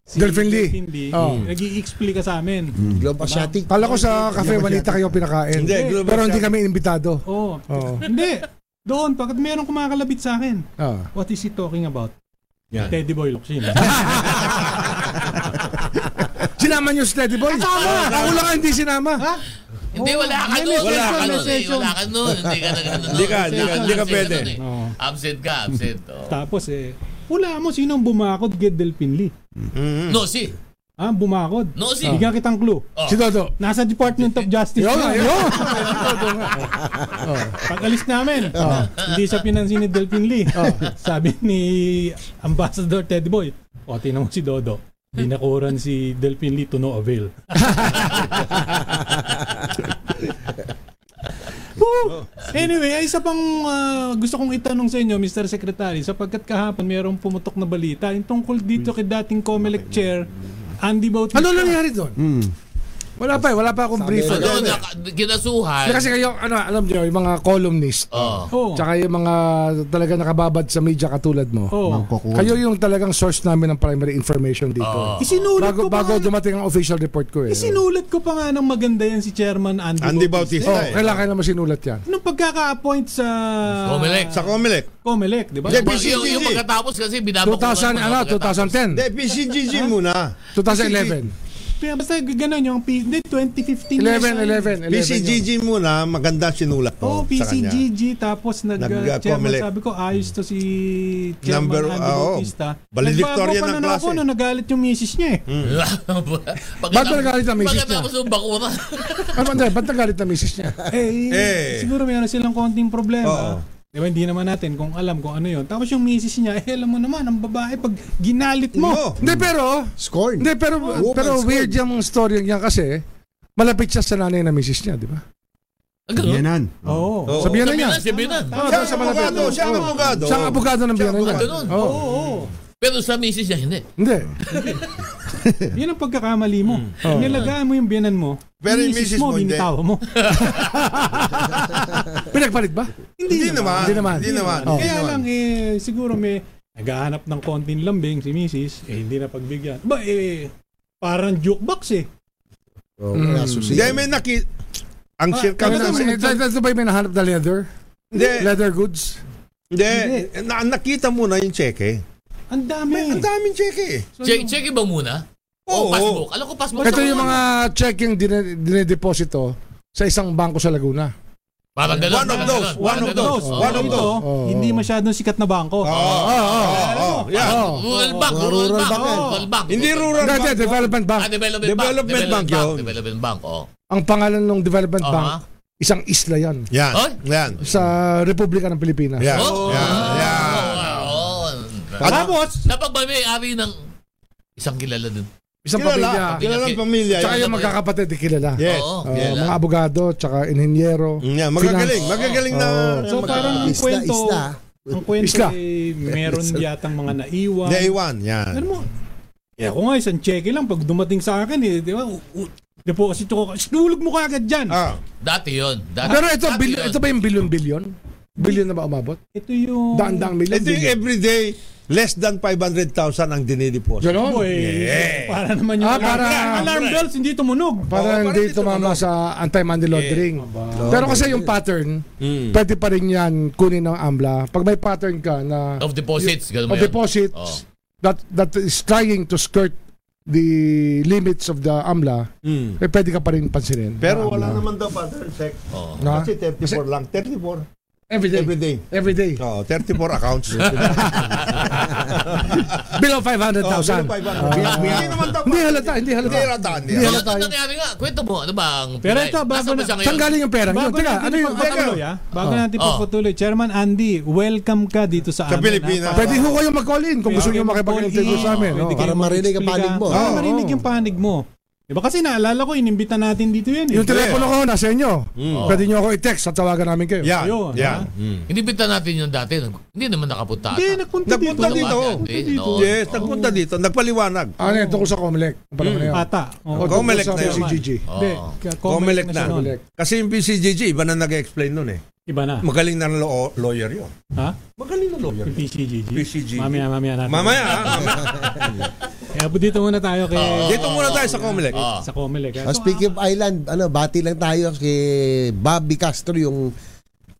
si Mm.
Delphine Lee. Mm. Oh.
Nag-i-explain ka sa amin.
Globe Asiatic.
Kala ko sa Cafe Juanita kayo pinakain.
Hindi, Global
Pero hindi
Shop.
kami imbitado.
Oo.
Oo.
Hindi. Doon, pagkat merong kumakalabit sa akin,
Ah.
what is he talking about?
Yan.
Teddy Boy Locsin.
Sinama niyo si Teddy Boy? Ako lang ang hindi sinama.
Hindi, wala ka
May
nun.
message
Wala ka
yun,
nun. eh.
message yun.
Wala ka nun. Hindi ka na ganun.
Hindi ka, hindi ka, hindi ka
Absent
pwede.
nun eh.
Oo.
Absent ka, absent. Oh. Oo.
Tapos eh, wala mo sinong bumakod kay Delphine Lee.
No, si.
Ah, bumakod.
No, si. Oh.
Bigyan kitang clue.
Si Dodo.
Nasa Department of Justice.
Yo,
yun.
yo.
Pag alis namin,
Ah,
hindi siya pinansin ni Delphine Lee. Sabi ni Ambassador Ted Boy, o tinan mo si Dodo, binakuran si Delphine Lee to no avail. Woo! anyway, ay isa pang ah, gusto kong itanong sa inyo, Mr. Secretary, sapagkat kahapon mayroong pumutok na balita yung tungkol dito kay dating COMELEC chair Andy Bautista.
Ano nangyari doon?
Hmm.
Wala pa eh, wala pa akong brief.
Doon, naka- kinasuhan.
Kasi kayo, ano, alam niyo, yung mga columnist,
Oo.
Oh.
tsaka yung mga talaga nakababad sa media katulad mo,
Oh.
kayo yung talagang source namin ng primary information dito.
Isinulat
Bago,
Eh, ko pa
bago
nga-
dumating ang official report ko
Oh.
eh.
Isinulat ko pa nga ng maganda yan si Chairman Andy,
Andy
Oh,
Bautista. eh.
kailangan kailangan mo sinulat yan.
Nung pagkaka-appoint sa
Comelec.
Sa Comelec.
Hmm.
Comelec, di ba?
Yeah,
Ba- Yung, yung
PCGG.
pagkatapos kasi binabakuran.
2000, ano, 2010,
Hindi, PCGG muna.
2011.
Pero basta ganun yung P- hindi, 2015 na siya.
eh.
11, 11, 11. yun.
PCGG muna, maganda sinulat
Oh,
ko sa kanya.
PCGG tapos nag,
Nag-
uh, chairman
Comelec.
sabi ko ayos to si Chairman
Number-
Andy
ah, oo.
Bautista.
Valedictorian
Nagbago pa
ng
na
klase. Hmm.
ako nung nagalit yung misis niya eh.
Ba't nagalit ang misis
Mm.
niya?
Pagkatapos ng bakuran.
Ano, Andre, ba't nagalit na misis niya?
eh,
Eh.
siguro meron silang konting
Oo.
problema. Di ba, hindi naman natin kung alam kung ano yun. Tapos yung misis niya, eh, alam mo naman, ang babae, pag ginalit mo,
Mo.
Hindi, pero,
Scorn.
Hindi, pero,
Woman's
pero
club.
weird yung story niya kasi malapit siya sa nanay na misis niya, di ba?
Yanan.
Oo.
Oo.
Oh, Sabihan na niya.
Sabihan na, sabihan na.
Tama,
Oo,
tama.
daw Ah, sa malapit. Oh,
abogado, siya ang
Oh.
Oo.
abogado.
Siya ang abogado ng
Siya ang
biyana niya.
abogado nun.
Oo.
Oo. oo.
Pero sa misis niya, hindi.
Hindi.
Yun ang pagkakamali mo.
Oo.
Nilagaan mo yung biyanan mo.
Pero yung misis mo, hindi.
binitawa mo.
Pinagpalit ba?
Hindi naman. Oh.
Hindi naman.
Hindi naman.
Oo.
Hindi
Kaya
naman.
lang, eh, siguro may naghahanap ng konting lambing si misis, eh, hindi na pagbigyan. Ba, eh, parang jukebox eh.
Oh,
Mm.
wala, susi.
Hindi, may naki... Ang sir
Kami
kami
na,
naman.
ito ba yung may nahanap na leather?
Hindi,
Leather goods?
hindi. Na- nakita mo na yung cheque.
Ang dami.
Ang daming cheque eh.
Check, check ba muna?
Oo.
O Oh, passbook. Alam ko passbook.
Ito yung mga checking dine- dinedeposito sa isang bangko sa Laguna.
Parang ganun.
One of
parang
those,
ganun,
one
parang
of those,
ganun.
one of
Ito,
those. Oh.
Oo.
hindi masyadong sikat na bangko.
Oo. Oo. Oo. Yan.
Oh,
Oo.
Rural bank, rural
Rural
bank,
bank yan.
oh, rural bank.
Hindi rural
Hindi,
bank.
hindi, development bank.
Ah, development,
Development
bank.
bank yun.
Development bank, oh.
Ang pangalan ng development
Oo,
bank,
ha?
Isang isla yan
Yan.
Oy!
Yan.
sa Republika ng Pilipinas.
Yan.
Oh!
Yan. Yan.
Oo.
At-
Tapos,
Dapat ba may ari ng isang kilala dun?
Isang pamilya.
Kilala. Kilala ang pamilya.
Tsaka
Yan.
yung magkakapatid, eh, kilala.
Yes.
Oo.
Ah,
kilala.
mga abogado, tsaka inhinyero.
Mm, Yan. Magagaling.
Finance.
Magagaling na.
Oo.
so parang ang
Isla,
kwento,
isla.
ang kwento
Isla.
ay meron yatang mga naiwan.
Day one. Yan.
Alam mo, eh ako nga isang cheque lang pag dumating sa akin eh, di ba? u- u- Deposito ko, sinulog mo kagad dyan.
Ah.
Dati yun. Dati,
Pero ito,
dati
bil-
yun.
ito ba yung billion-billion? Billion na ba umabot?
Ito yung...
Daan-daang million.
Ito yung
billion.
everyday, less than 500,000 ang dinideposit.
Ganon?
Boy,
eh.
Eh, para naman yung
Ah, para-
alarm, alarm bells, hindi tumunog.
Para
Oo,
hindi
parang dito
tumama
naman.
sa anti-money laundering. Pero kasi yung pattern,
Hmm.
Mm.
pwede pa rin yan kunin ng AMLA. Pag may pattern ka na
Of deposits. Ganun ba
of
yun? Oh.
deposits
Oo.
that that is trying to skirt the limits of the AMLA,
Mm.
eh, pwede ka pa rin pansinin.
Hmm. Pero
ng
wala
AMLA.
naman daw pattern check.
Oh.
Oo.
Na?
Kasi 34 lang. 34.
Every day.
Every day.
Every day.
Oo, 34 Oh, accounts.
Below 500,000.
Oh, below 500,000.
Ah.
Hindi naman daw
Hindi
pattern
halata, hindi halata.
Hindi rata. Hindi
Hindi
rata.
Ano
halata.
ang nangyari nga? Kwento mo, ano ba ang
Pero
Pinay?
ito, bago
Nasaan ba
na-
siya ngayon?
Saan galing yung pera nyo?
Bago
Teka,
natin
ano yung...
ipagpatuloy, ah. Bago natin
Oh.
ipagpatuloy. Chairman Andy, welcome ka dito sa,
Sa
amin.
Pilipinas.
ah.
Pwede ho kayo mag-call in kung gusto
Pwede
nyo
kayo
makipag-interview
mag-call in.
sa amin. oh.
Pwede
no?
kayo
Para marinig ang
mag-explain
panig mo.
ka. Para
Oo.
marinig yung panig mo. Diba kasi naalala ko, inimbita natin dito yan. Eh.
Yung telepono ko nasa inyo. Pwede nyo ako i-text at tawagan namin kayo.
Yan.
Ayun,
Yan.
ha?
Mm.
Inibita natin yung dati. Nag- Hindi naman nakapunta.
Hindi,
ata.
nagpunta,
Nagpunta
dito.
dito.
Nagpunta dito.
Yes, nagpunta dito. Nagpaliwanag.
Ano yan? Tungkol sa Comelec. Ano na yan?
Ata. Oh,
O,
Oo.
tungkol
Comelec
sa
na yun. Oh.
PCGG.
Oo.
Hindi,
Comelec na.
siya nun.
Comelec.
Kasi yung PCGG, iba na nag-explain nun eh.
Iba na.
Magaling na lo- lawyer yun.
Ha?
Magaling na lawyer.
Yung PCGG.
PCGG.
Mamaya, mamaya natin.
Mamaya, ah, mamaya.
Kaya po dito muna tayo kay...
Dito muna tayo sa Comelec.
Sa Comelec. ah.
Ah,
So,
speaking of island, ano, bati lang tayo kay Bobby Castro, yung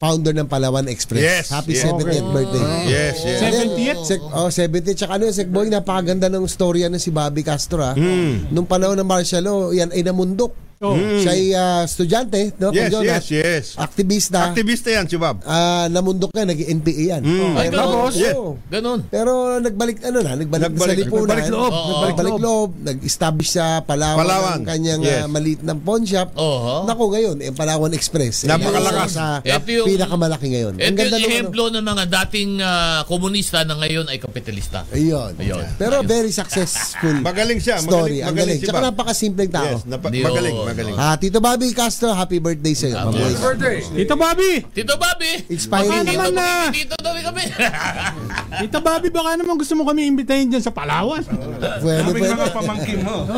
founder ng Palawan
Yes,
Express. Happy
yes. Mm.
70th birthday.
Yes, yes.
70th?
Sec, oh, 70. Tsaka ano, Sec Boy, napakaganda ng storya ng si Bobby Castro. Ha?
Mm.
Nung panahon ng martial law, yan ay namundok.
Oh.
Siya ay ah, estudyante. No?
Yes,
Kung
yes,
yun, ah,
yes.
Aktivista.
Aktivista yan si Bob.
ah, namundok na, nag-NPA yan.
Mm.
Ay,
Tapos,
yes.
oo.
Ganun.
Pero nagbalik ano na, nagbalik,
Nagbalik-
sa lipunan.
nagbalik loob,
Oo.
nagbalik
Nagbalik loob. Nag-establish sa Palawan,
Palawan,
ang kanyang
yes.
ah, maliit ng pawn shop.
Oo.
Nako ngayon, eh, Palawan Express. Eh,
Napakalakas.
isa Sa
Ito yung-
pinakamalaki ngayon.
Ito yung
nung ano.
ehemplo ng mga dating ah, komunista na ngayon ay kapitalista.
Ayun.
Ayun.
Pero
Ayun.
very successful
Magaling siya. Magaling,
story. ang
magaling
galing.
si
Tsaka
Bob.
napakasimpleng tao.
Yes, napa- magaling,
Yun.
magaling.
Ah, Tito Bobby Castro, happy birthday sa'yo. Mabuhay ka.
Tito Bobby!
Tito Bobby!
Inspiring.
Baka naman na!
Tito daw kami!
Tito Bobby, baka naman gusto mo kami imbitahin dyan sa Palawan.
Pwede,
Kaming
pwede.
mga pamangkin mo.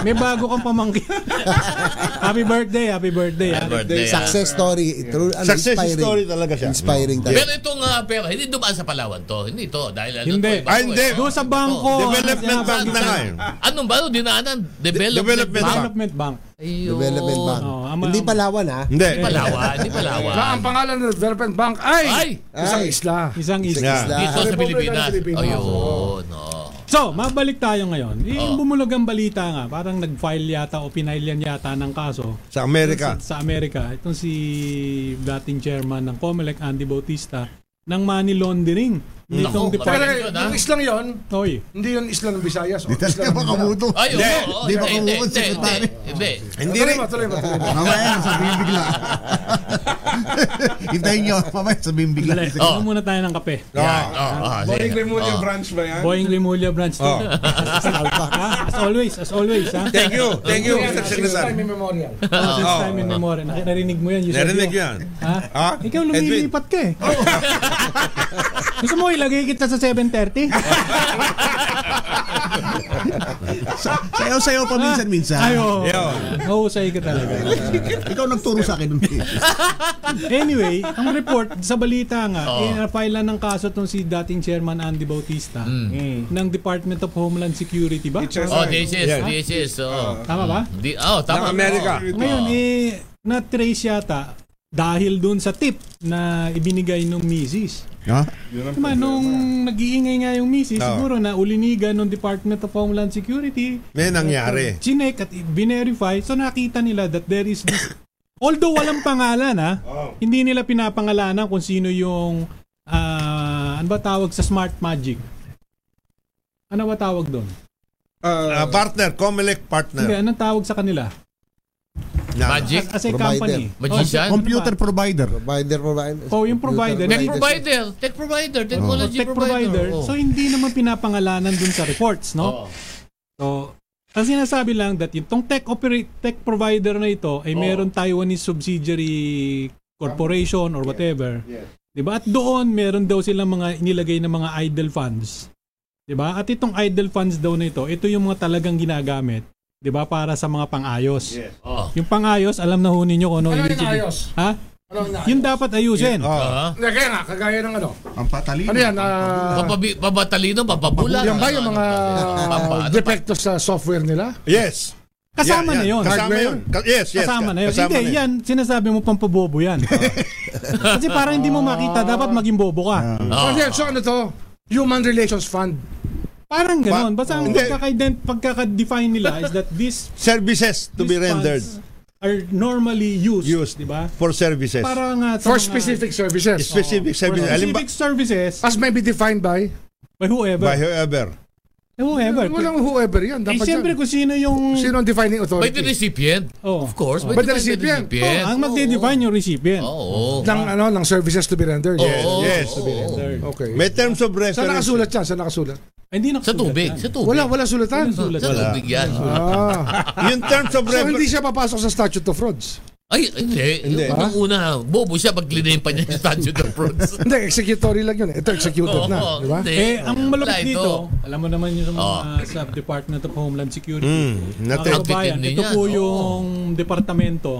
May bago kang pamangkin. happy birthday, happy birthday. ah.
Birthday, ah.
Success story. True, ano,
Success
inspiring.
story talaga siya.
Inspiring talaga.
Pero itong ah, pera, hindi dumaan sa Palawan to. Hindi to. Dahil ano to,
Hindi.
iba to
Ay, hindi.
eh.
Doon sa bangko.
Oh.
Development
Sa-
bank na nga yun.
Anong ba? Ano, dinaanan? Development,
Development
Bank?
Development Bank.
Ayun.
Development Bank.
Oo, ama-
Hindi Palawan, ah. ha?
Hindi.
Di Palawan, di Palawan.
Sa ang pangalan ng Development Bank ay,
Ay!
isang
Ay.
isla.
Isang isa.
Yeah.
Ah,
Dito sa
Republika ng
Pilipinas.
Pilipinas.
Ayun. Oh.
So, mabalik tayo ngayon. Eh, Yung
Oh.
bumulog ang balita nga, parang nag-file yata o pinailan yata ng kaso
Sa Amerika.
sa, sa Amerika. Itong si dating chairman ng COMELEC, Andy Bautista, ng money laundering. Nitong
Naku,
Pero
department.
marami. Ayun, ah.
yung islang yon,
Oy,
hindi yung isla ng Visayas. o, isla
Talaga
ng Mindanao.
makabutong.
Ay,
Hindi.
oo,
Di ba
hindi, hindi,
kumuha si
hindi,
Kutari?
Hindi.
Hindi
Tuloy
rin.
mo, tuloy mo, tuloy mo.
Mamaya, sabihin bigla. Hintayin nyo. Mamaya, sabihin bigla.
dali.
Oh.
Ano muna tayo ng kape?
Yan, oo, oo, sige.
Remulia
Oo.
branch ba yan?
Boeing Lemulia Branch.
Oh.
as always, as always. Ha?
Thank you. Thank you, Mr.
Since time
Secretary.
in memorial.
Oh, since
Oh.
time in memory. Nak- Narinig mo yan. Yusef,
Narinig
yo.
yan.
Ha?
Oh.
Ha?
Ikaw
Edwin?
lumilipat ka eh. Gusto mo ilagay kita sa 7.30?
Sayaw-sayaw pa Oh, minsan-minsan.
Ayo.
Yun.
Mahusay ka talaga.
Ikaw nagturo sa akin.
Anyway, ang report sa balita nga, eh, na-file ng kaso tong si dating chairman Andy Bautista ng Department of Homeland Security ba?
Oh, DHS, DHS. Oh.
Tama ba?
Di, oh,
Ng
tama.
Amerika.
Ngayon, eh, na-trace yata dahil dun sa tip na ibinigay nung misis.
Ha?
Diba, nung nag-iingay nga yung misis,
Oo.
siguro na ulinigan ng Department of Homeland Security,
May nangyari.
Eh.
chinek at binerify, so nakita nila that there is this, although walang pangalan ha, hindi nila pinapangalanan kung sino yung, ah, ano ba tawag sa smart magic? Ano ba tawag doon?
Ah, partner, Comelec
Hindi,
partner.
anong tawag sa kanila?
Magic?
As oh, a
Provider.
company.
Magician?
Computer provider.
Provider provider.
Oh, yung provider.
Tech
Provider.
provider. Tech provider.
Oh,
Technology
tech provider.
Oo.
So, hindi naman pinapangalanan dun sa reports, no?
Oo.
So, ang sinasabi lang that itong tech operate tech provider na ito ay
Oo.
meron Taiwanese subsidiary corporation or whatever. 'Di ba? At doon meron daw silang mga inilagay na mga idle funds. 'Di ba? At itong idle funds daw na ito, ito yung mga talagang ginagamit, 'di ba, para sa mga pang-ayos.
Oo.
Yung pang-ayos, alam na ho ninyo kung ano
Ano yung
ibig sabihin.
ayos?
Ha?
Ano yung
Yun dapat ayusin.
Oh.
Ah.
Hindi, kaya nga, kagaya ng ano.
Ang patalino.
Ano yan?
Uh,
ah,
pabatalino, papabula.
yan ba yung mga
Papa, ano pa?
depekto sa software nila?
Yes.
Kasama na 'yon.
Kasama
Hardware?
yun. Ka- Yes, yes.
kasama na yun.
Kasama
hindi,
na
yan, sinasabi mo pang pabobo yan. Kasi parang hindi mo makita, dapat maging bobo
Ah.
ka.
Oo.
Ano yan? So ano to? Human Relations Fund.
Parang gano'n. Basta ang
Hindi.
pagkaka-ident- pagkaka-define nila is that this
Services to
these
be rendered.
funds are normally used,
Used.
di ba?
For services.
Para nga sa
For
mga-
specific services.
specific
for
services. Halimbawa,
specific services
As may be defined by?
by whoever.
Ah. by whoever.
whoever.
Walang whoever yan.
eh,
Dapat
siyempre
yan.
kung sino yung...
Sino ang defining
By the
authority?
recipient.
Oo.
Of course.
By the recipient.
Oh, ang magde-define yung recipient.
Oh,
Oh.
Oo.
Ng, ano, ng services to be rendered.
Yes,
yes.
oh,
Okay.
May terms of reference.
Saan nakasulat yan? Saan nakasulat?
Hindi
Sa
nakasulat
tubig.
yan.
Sa tubig.
Wala, wala sulatan.
Walang sulat.
Sa tubig yan.
Ah.
Yung terms of
So hindi
reference.
siya papasok sa statute of frauds.
Ay, hindi.
Hindi.
Nung una, bobo siya pag liname pa niya yung statute of frauds.
Hindi, executory lang yun. eh. Ito, executed
Oo,
na. Di ba?
hindi.
Eh, ang
Wala
malapit
ito.
dito, alam mo naman yung mga
Oh.
Oo.
sa Department of Homeland Security.
Mm, natin
Mga kababayan,
Outfitted
ito
niyan.
po
Oo.
yung departamento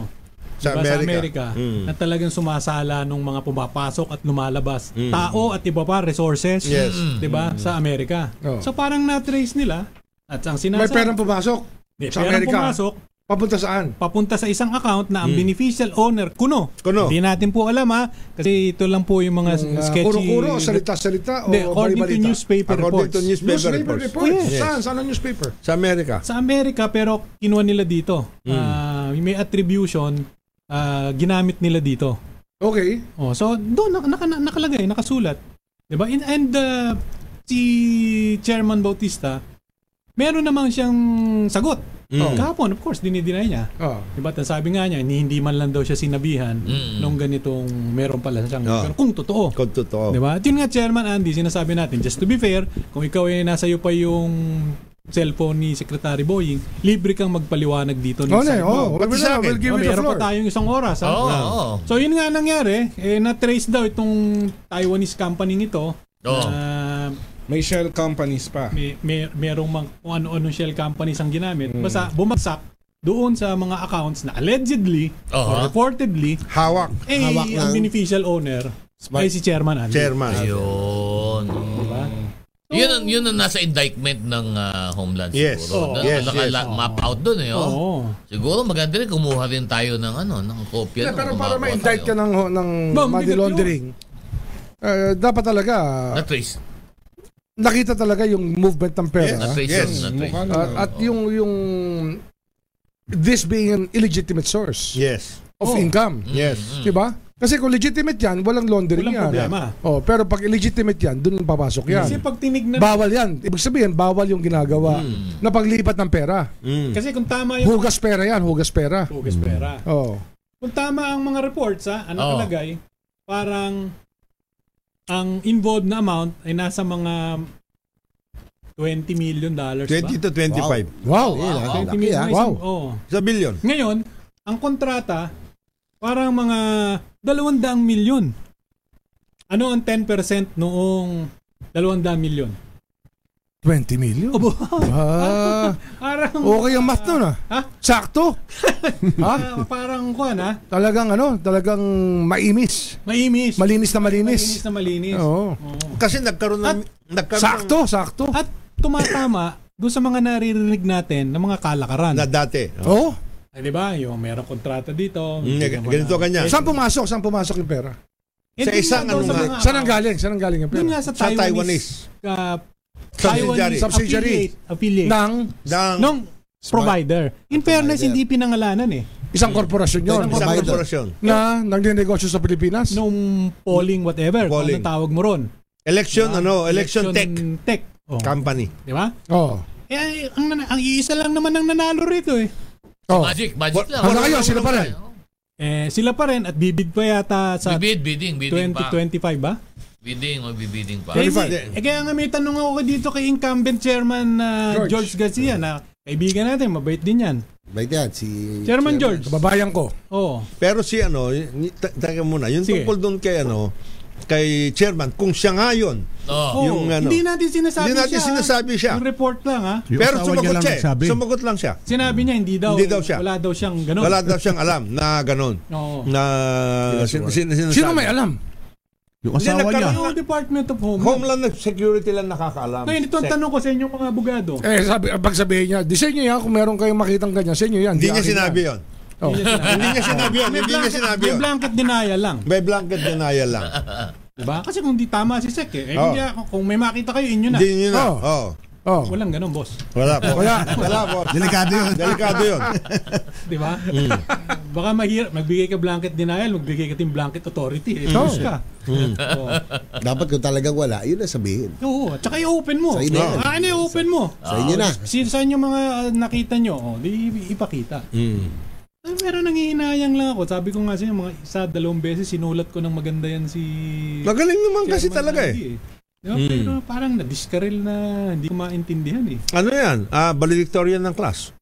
sa
diba,
Amerika.
sa Amerika
Mm.
na talagang sumasala ng mga pumapasok at lumalabas. Tao at iba pa, resources.
Yes.
di ba Sa Amerika.
Oo.
So parang na-trace nila at ang sinasabi,
May perang pumasok.
may
sa
perang
Amerika.
pumasok,
Papunta saan?
papunta sa isang account na ang beneficial owner, kuno.
Kuno.
Hindi natin po alam ha, kasi ito lang po yung mga
Uh,
sketchy...
Kuro-kuro, salita-salita,
Hindi,
o
according to
bali-balita?
newspaper
According
reports.
to newspaper
Newspaper
reports.
reports.
Yes.
Saan? Saan ang newspaper?
Sa Amerika.
sa Amerika pero kinuha nila dito. Ah, may attribution ah, ginamit nila dito.
Okay.
Oh, so doon nak- naka- nakalagay, nakasulat. 'Di ba? And, and ah, si Chairman Bautista meron namang siyang sagot. Kahapon, of course, dinideny niya.
Ah.
Diba? At sabi nga niya, ni- hindi man lang daw siya sinabihan nung ganitong meron pala siyang
Oh.
pero kung totoo.
Kung
Oh.
totoo.
Diba? At yun nga, Chairman Andy, sinasabi natin, just to be fair, kung ikaw ay nasa iyo pa yung cellphone ni Secretary Boying, libre kang magpaliwanag dito. ng
Oh,
sagot
ne,
mo.
oh, we'll,
sa akin.
we'll
Oh,
give you the
meron
floor.
pa tayong isang oras. ha? Ah.
Oo. oo.
So yun nga nangyari, eh, na-trace daw itong Taiwanese company nito
Oo.
na
May shell companies pa.
may, may, merong mga kung ano-ano shell companies ang ginamit.
Hmm.
Basta bumagsak doon sa mga accounts na allegedly
Oo.
or reportedly,
Hawak.
eh,
Hawak
ang
ng-
beneficial owner ay si Chairman Andy.
Chairman.
Yun. Yun ang, yun ang nasa indictment ng ah, Homeland
Yes.
Oo.
siguro. Na-
Yes,
naka-
yes.
la- map out doon eh. Oh.
Oo.
Ano
Siguro maganda rin kumuha rin tayo ng ano, ng eh, kopya.
Yeah,
nung
pero para
kumakuha
ma-indict
tayo.
ka ng, ho- ng
Ba, ang
money
bigat yun.
laundering, eh, dapat talaga,
Na-trace.
Diba? nakita talaga yung movement ng pera.
Na-trace
Yes.
yun. Na-trace.
Mukha
At,
na.
at yung, yung, this being an illegitimate source
Yes.
of income.
Yes.
Diba? Kasi kung legitimate yan, walang laundering
Walang
yan.
problema.
Oh, pero pag illegitimate yan, dun papasok yan.
Kasi pag tinignan,
Bawal yan. Ibig sabihin, bawal yung ginagawa na paglipat ng pera.
kasi kung tama yung
Hugas pera yan, hugas pera.
hugas pera.
Oh.
Kung tama ang mga reports ha, ang
Oo.
nakalagay, parang ang involved na amount ay nasa mga 20 million dollars ba?
20 to 25.
Wow.
20
Wow. Laki,
million.
ah.
Wow.
Wow.
Oh.
Sa billion.
Ngayon, ang kontrata parang mga 200 milyon. Ano ang 10% noong 200 milyon?
20 million.
Obo.
Ah,
Parang
okay ang math nun ah.
Ha?
Sakto. ha?
ah, parang kuan ha,
Talagang ano, talagang maimis.
maimis.
Malinis na
malinis
malinis.
na malinis.
Oo.
Oo.
Kasi nagkaroon ng... nagkaroon ng-
Sakto, sakto.
At tumatama doon sa mga naririnig natin ng mga kalakaran.
Na dati.
Oo.
Ay, di ba? Yung merong kontrata dito.
Mm,
bigyan mo
ganito
na-
kanya.
Eh,
Saan pumasok? Saan pumasok yung pera?
eh,
Sa
dun
isang
nga daw
ano
sa
nga.
mga-
Saan ang galing? Saan ang galing yung
Doon
pera?
nga sa
Sa
Taiwanese.
Taiwanese.
uh,
Subsidiary.
Taiwanese
Subsidiary.
affiliate. affiliate
Nang
Ng
nung provider. In fairness,
Provider.
hindi pinangalanan eh.
isang korporasyon yon
Isang
isang
provider.
korporasyon.
na nagninegosyo sa Pilipinas.
Nung polling whatever, kung
Polling.
ano tawag mo ron.
Election, ano, election, tech
Tech. Oh,
company.
di ba?
Oo.
Eh, ang, nan- ang iisa lang naman ang nanalo rito eh.
Oh.
Magic, magic lang.
Ano kayo? Sino pa rin?
Eh, sila pa rin at bibid pa yata sa
Bibid, bidding, bidding pa.
2025 ba?
Bidding, magbibidding pa.
Eh,
25.
hindi. Eh, kaya nga may tanong ako dito kay incumbent chairman na George.
George.
Garcia na kaibigan natin, mabait din yan.
Bait yan, si...
Chairman George. Oh,
Kababayan ko.
Oo.
Pero si ano, y- y- ta- teka muna, yung
Sige.
tungkol doon kay ano, kay chairman, kung siya nga yun.
Oo.
Oh.
Yung ano.
hindi natin sinasabi
Hindi natin
siya.
sinasabi siya.
Yung report lang ha.
Yung
pero
asawa niya
sumagot
lang
siya. eh.
nagsabi.
Sumagot lang siya.
Sinabi niya hindi daw,
Hindi daw siya.
wala daw siyang ganun.
Wala daw siyang alam na ganon.
Oo.
Na sin, sin, sinasabi.
Sino may alam?
Yung
Hindi,
asawa niya.
nagkaroon
Yung Department of Home.
Homeland Security lang nakakaalam.
Ngayon, ito ang tanong ko sa inyong mga abogado.
Eh, sabi, pag sabihin niya, di sa inyo yan, kung meron kayong makitang ganyan, sa inyo yan.
Hindi
di
niya
akin
sinabi yun.
yan. Oh.
Hindi niya sinabi yun.
May
Hindi niya
blanket,
sinabi oh.
may
yun.
blanket denial lang.
May blanket denial lang.
Diba? Kasi kung di tama si Sek eh. eh
Oo.
hindi ako- kung may makita kayo, inyo na.
Oh. Hindi niya na.
Oh.
Oh.
Oh.
Walang ganun, boss.
Wala po.
Wala.
Wala po.
Delikado yun.
Delikado yun.
Di ba? Baka mahirap. Magbigay ka blanket denial, magbigay ka din blanket authority. Eh,
Oo.
Boss ka. Oo.
Dapat kung talagang wala, yun na sabihin.
Oo. Tsaka i-open mo.
Sa inyo.
Ah, ano i-open mo?
Sa inyo
Ah,
na.
Si sa inyo mga ah, nakita nyo, oh, di ipakita. Ay, pero nangihinayang lang ako. Sabi ko nga sa inyo, mga isa, dalawang beses, sinulat ko ng maganda yan si...
Magaling naman kasi
Chairman
talaga eh.
Lagi, Di ba? Pero parang na-discarrel na hindi ko maintindihan eh.
Ano yan? Ah, valedictorian ng class.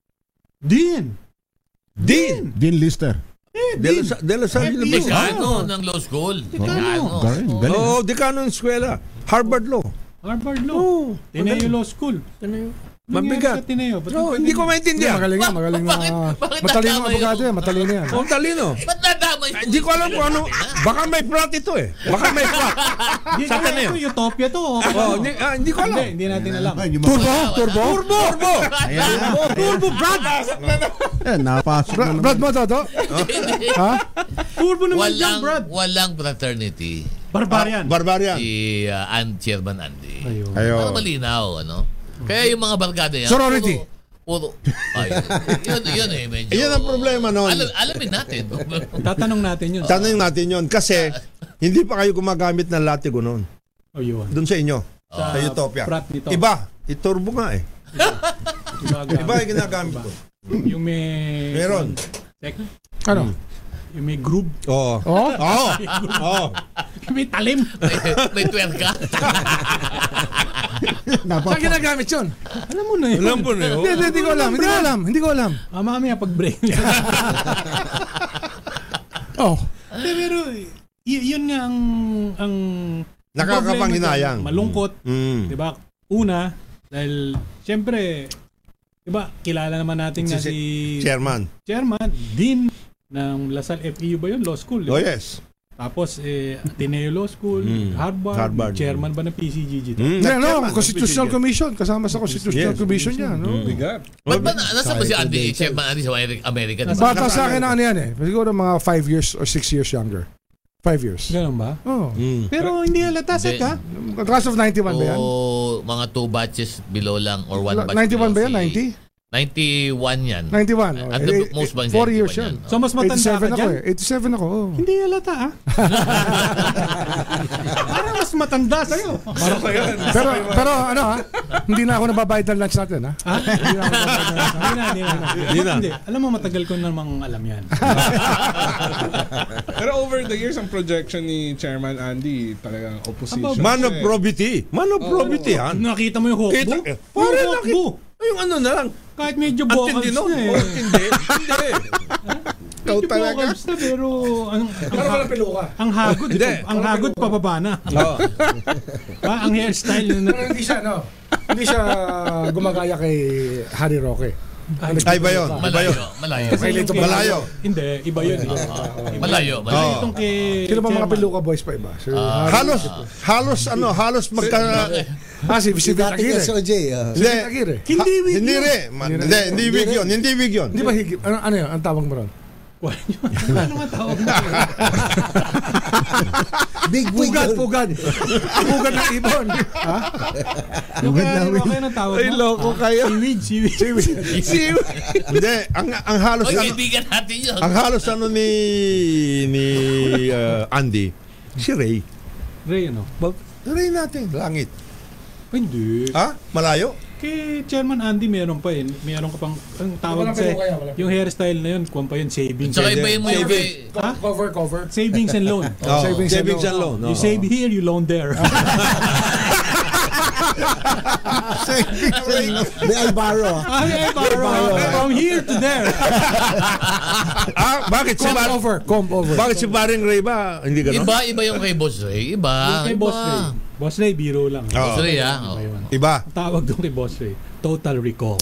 Din!
Dean!
Dean Lister.
De La, Sa- de La
Eh,
Salle University.
Dekano ng law school. Dekano.
Galing, galing.
Oo, oh, dekano ng eskwela. Harvard Law.
Harvard Law. Tineo Law School.
Oh, Mabigat.
Tineo. Ba't
No, hindi ko
Hindi,
maintindihan.
magaling yan, magaling na.
Bakit- bakit
Matalino ang
natama
abogado
yun?
yan, matalino yan.
Ang talino.
Ba't nadamay?
Eh, Hindi ko alam kung ano. Baka may plot ito eh. Baka may plot.
Hindi,
Sa Ateneo.
Ito, utopia to. Oh,
Oh, hindi, ah, hindi ko alam.
Hindi, hindi natin alam.
Ay, yung mga-
Turbo? Turbo?
Turbo! Turbo!
oh.
Ayan.
Turbo, Brad!
Eh, napasok na
Bra-
naman.
Brad mo to, to? Ha?
Turbo naman dyan,
Walang,
Brad.
walang fraternity
Barbarian.
Barbarian.
si uh, An Chairman Andy. Para
Ayun.
malinaw, ano? Kaya yung mga barkada niya.
Sorority.
Puro, puro, ay, yun, yun eh, medyo.
Yun ang problema nun.
Alam, alamin natin.
Tatanong natin yun.
Tanong natin yon kasi hindi pa kayo gumagamit ng latigo noon.
oh, yun.
Doon sa inyo. sa Utopia.
frat nito.
Iba. Iturbo nga eh. Iba yung
Iba,
ginagamit ko.
yung may...
Meron.
Tek-
Ano?
Yung may groove.
Oo.
Oh?
Oo. Oo.
Yung may talim.
May twerka.
Saan ginagamit yun?
Alam mo na yun.
Alam po na yun.
Hindi, hindi, hindi ko alam, hindi ko alam, hindi ko alam.
Ah, mamaya pag-break.
Oh.
Hindi, pero y- yun nga ang... ang
Nakakapanghinayang.
Malungkot. Diba?
Mm.
'di ba? Una, dahil siyempre 'di ba, kilala naman natin na
Si-
si
Chairman.
chairman Dean ng Lasal FEU ba 'yun, law school. 'di
Oh
ba?
yes.
Tapos eh Ateneo Law School, Hmm. Harvard,
Harvard.
chairman ba ng PCGG.
Mm.
Hindi, no,
Chairman.
Constitutional Commission, kasama sa Constitutional
Yes.
Commission niya, no?
Bigat.
Ba't ba, na- nasa ba si Andy? Chairman Andy sa Amerika, di ba?
Bata sa akin na ano yan eh. Siguro mga 5 years or 6 years younger. 5 years.
Ganun ba?
Oh.
Mm.
Pero hindi halata sa
Hindi.
ka.
Class of 91 ba yan?
O mga two batches below lang or Oh, one batch
91 ba
below
yan?
si-
90?
91 yan.
91.
At the most ba
4 Eh, years yan.
So mas matanda ka
87 ako
dyan.
eh. 87 ako. oh.
Hindi halata ah. Parang mas matanda sa'yo. Parang
Pero, pero ano ha? Hindi na ako nababayad ng lunch natin ha?
Ah, hindi na, hindi na, hindi na. Hindi. Alam mo, matagal ko namang alam yan.
Pero over the years, ang projection ni Chairman Andy, talagang opposition.
Man of
siya eh.
probity. Man of probity, ha?
Nakita mo yung hukbo?
Kita- eh,
Yung
pare,
hukbo.
Yung ano na lang.
Kahit medyo
Ang
vocals
tindi nun.
na eh.
Oh, hindi. Hindi.
medyo vocals na pero ang, ang, ang hagod.
Hindi.
Ang hagod pababa na.
Oo.
Ah, ang hairstyle na
Pero hindi siya no? Hindi siya gumagaya kay Harry Roque.
Ay ano ba yun? Iba
Malayo,
yun.
malayo.
Malayo.
Hindi, iba yun. Iba.
Ah.
Malayo, malayo.
Itong kay
Sino ba mga
chairman.
Piluka boys pa iba? Si
Ah. Halos, halos ano, halos magka...
ah, si
Si
Vic
dating
Aguirre.
SOJ, ah.
Si Vic
Hindi.
Aguirre.
Hindi,
Ha-
wig
Hindi
yun.
rin. Man- eh. Hindi, hindi wig yun. Hindi wig yun.
Hindi ba higip? Ano, ano yun? Ang tawag mo ron?
Wala yun. Ano nga tawag na yun?
Big wig.
Pugad,
yun.
pugad. pugad ng ibon. Ha?
Yung kay Harry Roque na tawag mo?
loko kayo.
Seaweed, seaweed.
Hindi, ang, ang halos
Oy,
ano,
kaibigan natin yun.
ang halos ano ni ni uh, Andy, si Ray.
Ray, ano?
Ray natin, langit.
Hindi.
Ha? Malayo?
Kay Chairman Andy, meron pa eh. Meron ka pang, ang tawag
Wala
sa,
pa yung kaya, wala pa.
yung hairstyle na yun, kuwan pa yun, savings.
Tsaka iba mo yung kay...
Ha?
Cover, cover.
Savings and loan.
Oh,
savings and
savings and loan.
You
oo.
save here, you loan there.
May Alvaro. ah.
Ay, ay, paro. From here to there.
Ah, bakit si
Comb
Bar-
over, comb over.
Bakit si Baring Ray ba? Hindi ganun?
Iba, iba yung kay Boss Ray. Iba.
Yung kay
iba.
Boss Ray. Boss Ray, biro lang.
Ah.
Oh.
Boss Ray, ah. Oh.
Iba
ha?
yun.
Iba.
Tawag doon kay Boss Ray, total recall.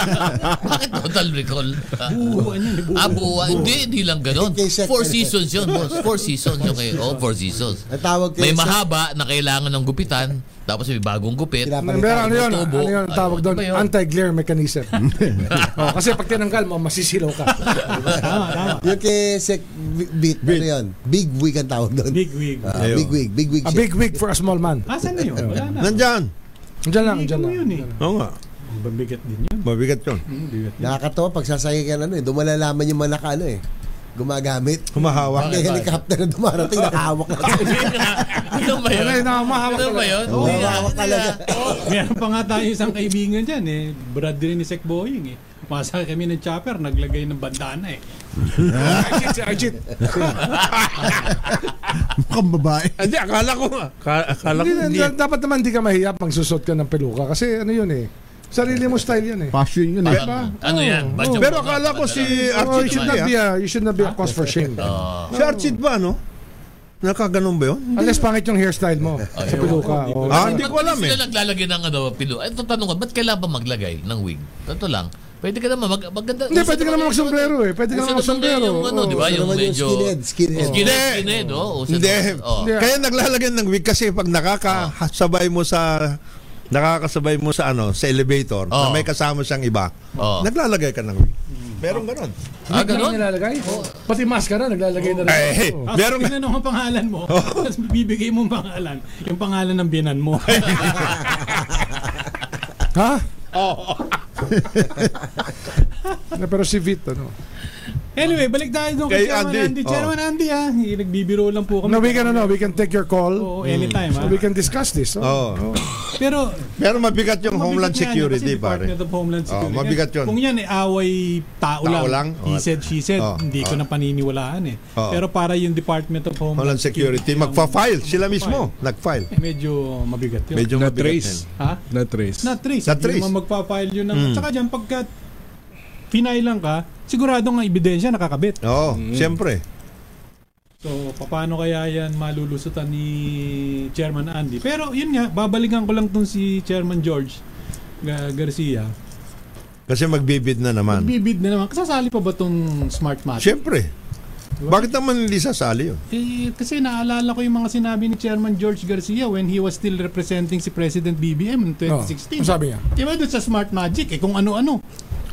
Bakit total recall?
Buuan ano yun. buuan.
Ah, buwan. Hindi, hindi lang ganun.
Kay Seth
Four
Elfin.
seasons yun, boss. Four seasons yung kay... Oh, four seasons.
Ang tawag kayo
May
sa-
mahaba na kailangan ng gupitan. Tapos may bagong gupit.
Pinapalitan.
Pero ano yun?
Tubo.
Ano yun ang tawag doon?
Ano ba yun?
Anti-glare mechanism. oh, kasi pag tinanggal mo, masisilaw ka.
Tama, tama.
Yung kay Sec Beat, ano yun? Big wig ang tawag doon.
Big wig.
Ah, big wig, big wig siya.
A big wig for a small man.
Asan na yun? Wala na.
Nandyan.
Diyan lang,
Hindi
diyan
ko
lang.
yun eh.
Oo nga.
Mabigat din yun.
Mabigat yun.
Mabigat.
Nakakatawa pag sasakay ka na ano eh. Doon malalaman yung manaka ano eh. Gumagamit.
Humahawak.
May helicopter na dumarating, nakahawak na.
ano ba yun?
Ay, nakamahawak
Ano ba yun?
Oo,
Hindi na,
mahawak
hindi
talaga.
na.
Meron pa nga tayo isang kaibigan dyan eh. Brad rin ni Sec Boying eh. Pumasa kami ng chopper, naglagay ng bandana eh.
Ajit, si Ajit.
Mukhang babae.
Hindi, akala ko nga. Akala, akala ko
Hindi,
hindi.
da- dapat naman hindi ka mahiya pag susot ka ng peluka. Kasi ano yun eh. Sarili mo style yun eh.
Passion yun eh.
Parang, ano yan? Badyo-
Pero akala ko si
Oh, you
Archie
should
na
not
yan.
be a, you should not
Ah,
be a cause for shame.
Si Archie ba, no? Nakaganon ba yun?
Unless pangit yung hairstyle mo. Sa peluka. oh.
Ah, hindi ko alam
Ba't
eh.
sila naglalagay ng ano, pilo? Eh, ito tanong ko, ba't kailangan ba maglagay ng wig? Ito lang. Pwede ka naman mag, maganda.
Hindi, pwede ka naman mag-sombrero eh. Pwede ka naman mag-sombrero.
Yung ano,
Oo.
di ba?
Gusto
Yung
naman yung
medyo... Oh.
skinhead, skinhead.
Skinhead, skinhead, oh. oo. Uso
Hindi.
naman. Oo.
Hindi.
Oh. Kaya naglalagay ng wig kasi pag nakakasabay mo sa nakakasabay mo sa ano sa elevator na
Oo.
may kasama siyang iba
Oo.
naglalagay ka ng wig meron ganon
Ah,
Hindi
ganun?
na nilalagay. Pati maskara, naglalagay na rin.
eh
Oo.
Tapos
meron
tinanong ang pangalan mo, tapos bibigay mo ang pangalan. Yung pangalan ng binan mo.
Ha?
Oh.
Na, pero si Vit, ano?
anyway, balik tayo doon kay
Kay
Chairman
Andy.
Andy.
Oh.
Chairman Andy ha, nagbibiro lang po kami.
No, we can, ano, we can take your call.
Oo, anytime ha.
So we can discuss this. no?
oh
Pero
pero mabigat yung Homeland
mabigat yan,
Security
kasi Department
pare
of Homeland Security.
Oh, mabigat yun.
Kung yan, eh, away tao,
Tao
lang.
lang?
He
Oh.
said, she said.
Oh,
Hindi ko
oh.
na paniniwalaan eh.
Oh.
Pero para yung Department of Homeland,
Homeland Security magfa-file sila mismo nag-file
Eh, medyo mabigat yun.
medyo mabigat
Na-trace.
yun.
ha?
Na-trace.
Na trace.
Na
Hindi
trace.
naman magpa-file yun.
Hmm.
Ng, Tsaka dyan, pagka pinailan ka, sigurado nga ebidensya nakakabit.
oo
Mm.
siyempre
So, paano kaya yan malulusutan ni Chairman Andy? Pero yun nga, babalikan ko lang tong si Chairman George Ga- Garcia.
kasi magbibid na naman
Bibid na naman. Kasasali pa ba tong Smartmatic?
siyempre bakit naman hindi sasali yun
Eh, kasi naalala ko yung mga sinabi ni Chairman George Garcia when he was still representing si President BBM in
Oo.
2016.
Ano sabi niya?
Di ba doon sa Smart Magic, eh, kung ano-ano.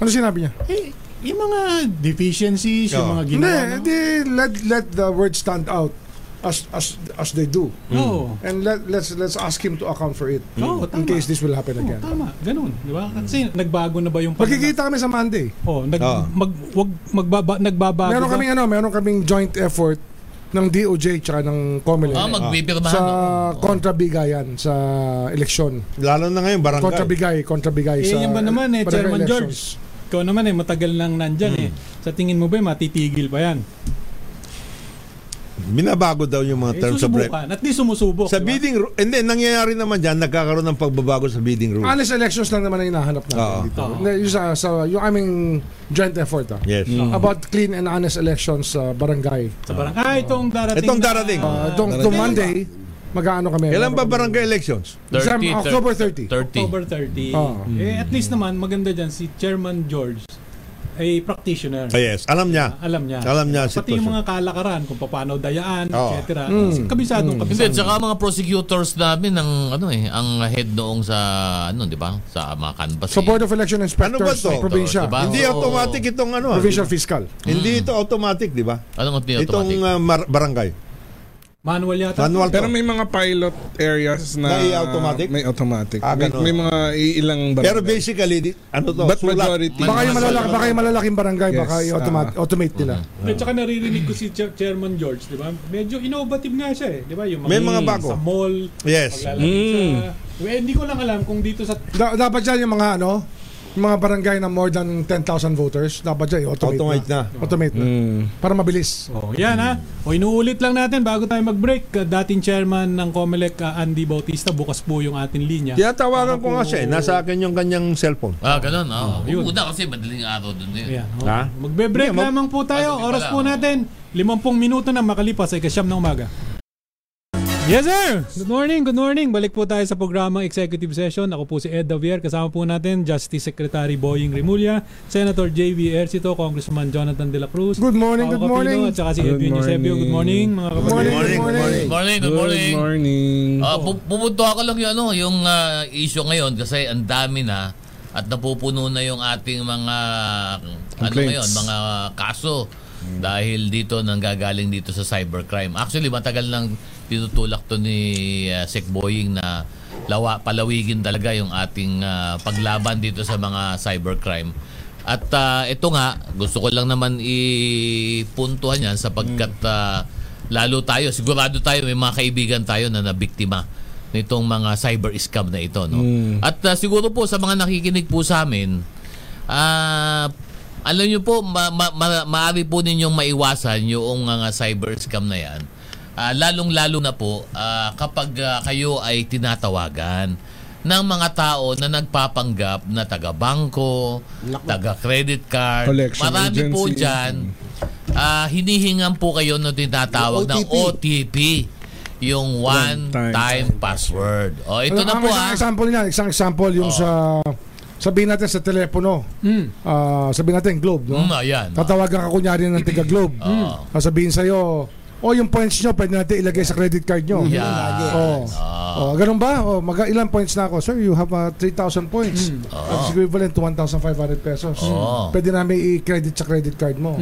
Ano sinabi niya?
Eh, yung mga deficiencies, yung
Oo.
mga
Oh. Hindi,
ginawa. no?
hindi, let, let the word stand out as as as they do.
Oo. Hmm,
And let let's let's ask him to account for it
Oo, Oh,
in
tama.
case this will happen
Oo,
again.
tama, ganun. Di ba? Kasi nagbago na ba yung pananaw?
Magkikita kami sa Monday.
Oh, nag,
Oo.
mag, wag, magbaba, nagbabago
Meron
ba?
kaming ano, meron kaming joint effort ng DOJ tsaka ng COMELEC
Ah, oh. magbibirmahan.
sa
oo.
kontrabigayan sa eleksyon.
lalo na ngayon barangay
Kontrabigay, kontrabigay
Eh,
sa
yun ba naman eh,
barangay
Chairman George?
elections.
Ikaw naman eh, matagal lang nandyan eh. Sa tingin mo ba, eh, matitigil pa yan?
binabago daw yung mga
Eh,
terms of rep
susubukan. At least sumusubok. diba?
Sa
di ba?
Diba?
bidding ru- hindi nangyayari naman diyan nagkakaroon ng pagbabago sa bidding
Ano?
rule.
Honest elections lang naman ang hinahanap natin
Oo.
dito.
Oo.
Na- Yung, sa, sa, yung aming joint effort ah.
Yes.
Hmm.
about clean and honest elections sa barangay.
Sa barang. Ah, itong darating.
Itong
na- ah,
darating.
Uh, itong, itong Monday, mag-aano kami.
Kailan ba barangay elections?
30,
Exam, October
30.
30.
October 30.
Oo.
Eh, at least naman, maganda dyan, si Chairman George ay practitioner.
Ah, yes, alam niya.
Alam niya.
Alam niya ang
Pati yung
sitwasyon. Oh.
mga kalakaran, kung paano dayaan,
Oo.
etc. Kabisadong
Hindi,
kabisado.
tsaka mga prosecutors namin ng ano eh, ang head noong sa ano, di ba? Sa mga canvas. eh.
So Board of Election Inspectors
Ano ba to?
ng probinsya.
Diba?
Hindi
Oo.
automatic itong ano. ah.
Provincial Fiscal.
Hindi ito automatic, di ba?
eh. Anong automatic?
Itong
uh,
ah, mar- barangay.
Manual yata.
Manual to.
Pero may mga pilot areas na
Na i-automatic?
may automatic.
Ah,
may,
ganun.
may mga iilang barangay.
Pero basically, di- ano to?
But
sulat.
majority.
Baka yung, malalaki, baka yung malalaking barangay,
Yes,
baka i-automate
Ah.
automate nila.
Hindi, tsaka naririnig ko si Cha- Chairman George, di ba? Medyo innovative nga siya eh, di ba? Yung
May mga bago.
Sa mall,
Yes.
paglalagay sa Well, hindi ko lang alam kung dito sa
Da- dapat dyan yung mga ano, yung mga barangay na more than 10,000 voters, dapat dyan automate,
Automate na.
Automate na.
Mm.
Para mabilis.
Oh, yan ha. O inuulit lang natin bago tayo mag-break. Uh, Dating chairman ng COMELEC, uh, Andy Bautista, bukas po yung ating linya.
Tinatawagan ko nga siya eh. Nasa akin yung kanyang cellphone.
Ah, ganun. Oh.
yun.
Una kasi madaling araw dun eh.
Ayan, oh.
Ha?
Magbe-break
Hindi, mag-
lamang po tayo.
Ah, sige
Oras
pala,
po
oh.
natin. 50 minuto na makalipas ay kasyam ng umaga. Yes sir! Good morning, good morning. Balik po tayo sa programang Executive Session. Ako po si Ed Davier. Kasama po natin Justice Secretary Boying Remulla, Senator J.V. Ercito, Congressman Jonathan De La Cruz,
Good morning,
Pao
good morning.
Capillo, at saka si
Good
Edwin Eusebio. Good morning, mga
Good
kapatid.
morning,
Morning,
good morning.
Good morning, good morning.
morning.
Ah, pu- pupunta ako lang yung ano, yung ah, issue ngayon kasi ang dami na at napupuno na yung ating mga ano
Complaints.
ngayon, mga kaso dahil dito nanggagaling dito sa cybercrime. Actually, matagal nang tinutulak to ni ah, Sec Boying na lawa palawigin talaga yung ating ah, paglaban dito sa mga cybercrime. At ah, ito nga, gusto ko lang naman ipuntuhan yan sapagkat ah, lalo tayo, sigurado tayo, may mga kaibigan tayo na nabiktima nitong mga cyber scam na ito. No? At ah, siguro po sa mga nakikinig po sa amin, ah, alam nyo po, ma- ma- ma- maaari po ninyong maiwasan yung mga cyber scam na yan. Ah, lalong-lalo na po ah, kapag ah, kayo ay tinatawagan ng mga tao na nagpapanggap na taga-bangko, taga-credit card.
Collection
Marami po
agency.
dyan Ah, hinihingan po kayo ng tinatawag na OTP. Yung one, time,
time
password. O, ito na
Ang
po ah. Oh.
isang
ha.
example niyan, isang example yung sa sabihin natin sa telepono.
Mm.
Hmm.
Ah, sabihin natin Globe, no?
Mm, ayan.
Tatawagan ka kunyari ng tiga Globe.
Oo.
Sasabihin sa'yo, oh, yung points nyo, pwede natin ilagay sa credit card nyo.
Yan.
Oh. Oh, ganun ba? Oh, mag ilan points na ako? Sir, you have ah, 3,000 points. That's equivalent to 1,500 pesos.
Hmm. Oo. Hmm.
Pwede namin i-credit sa credit card mo.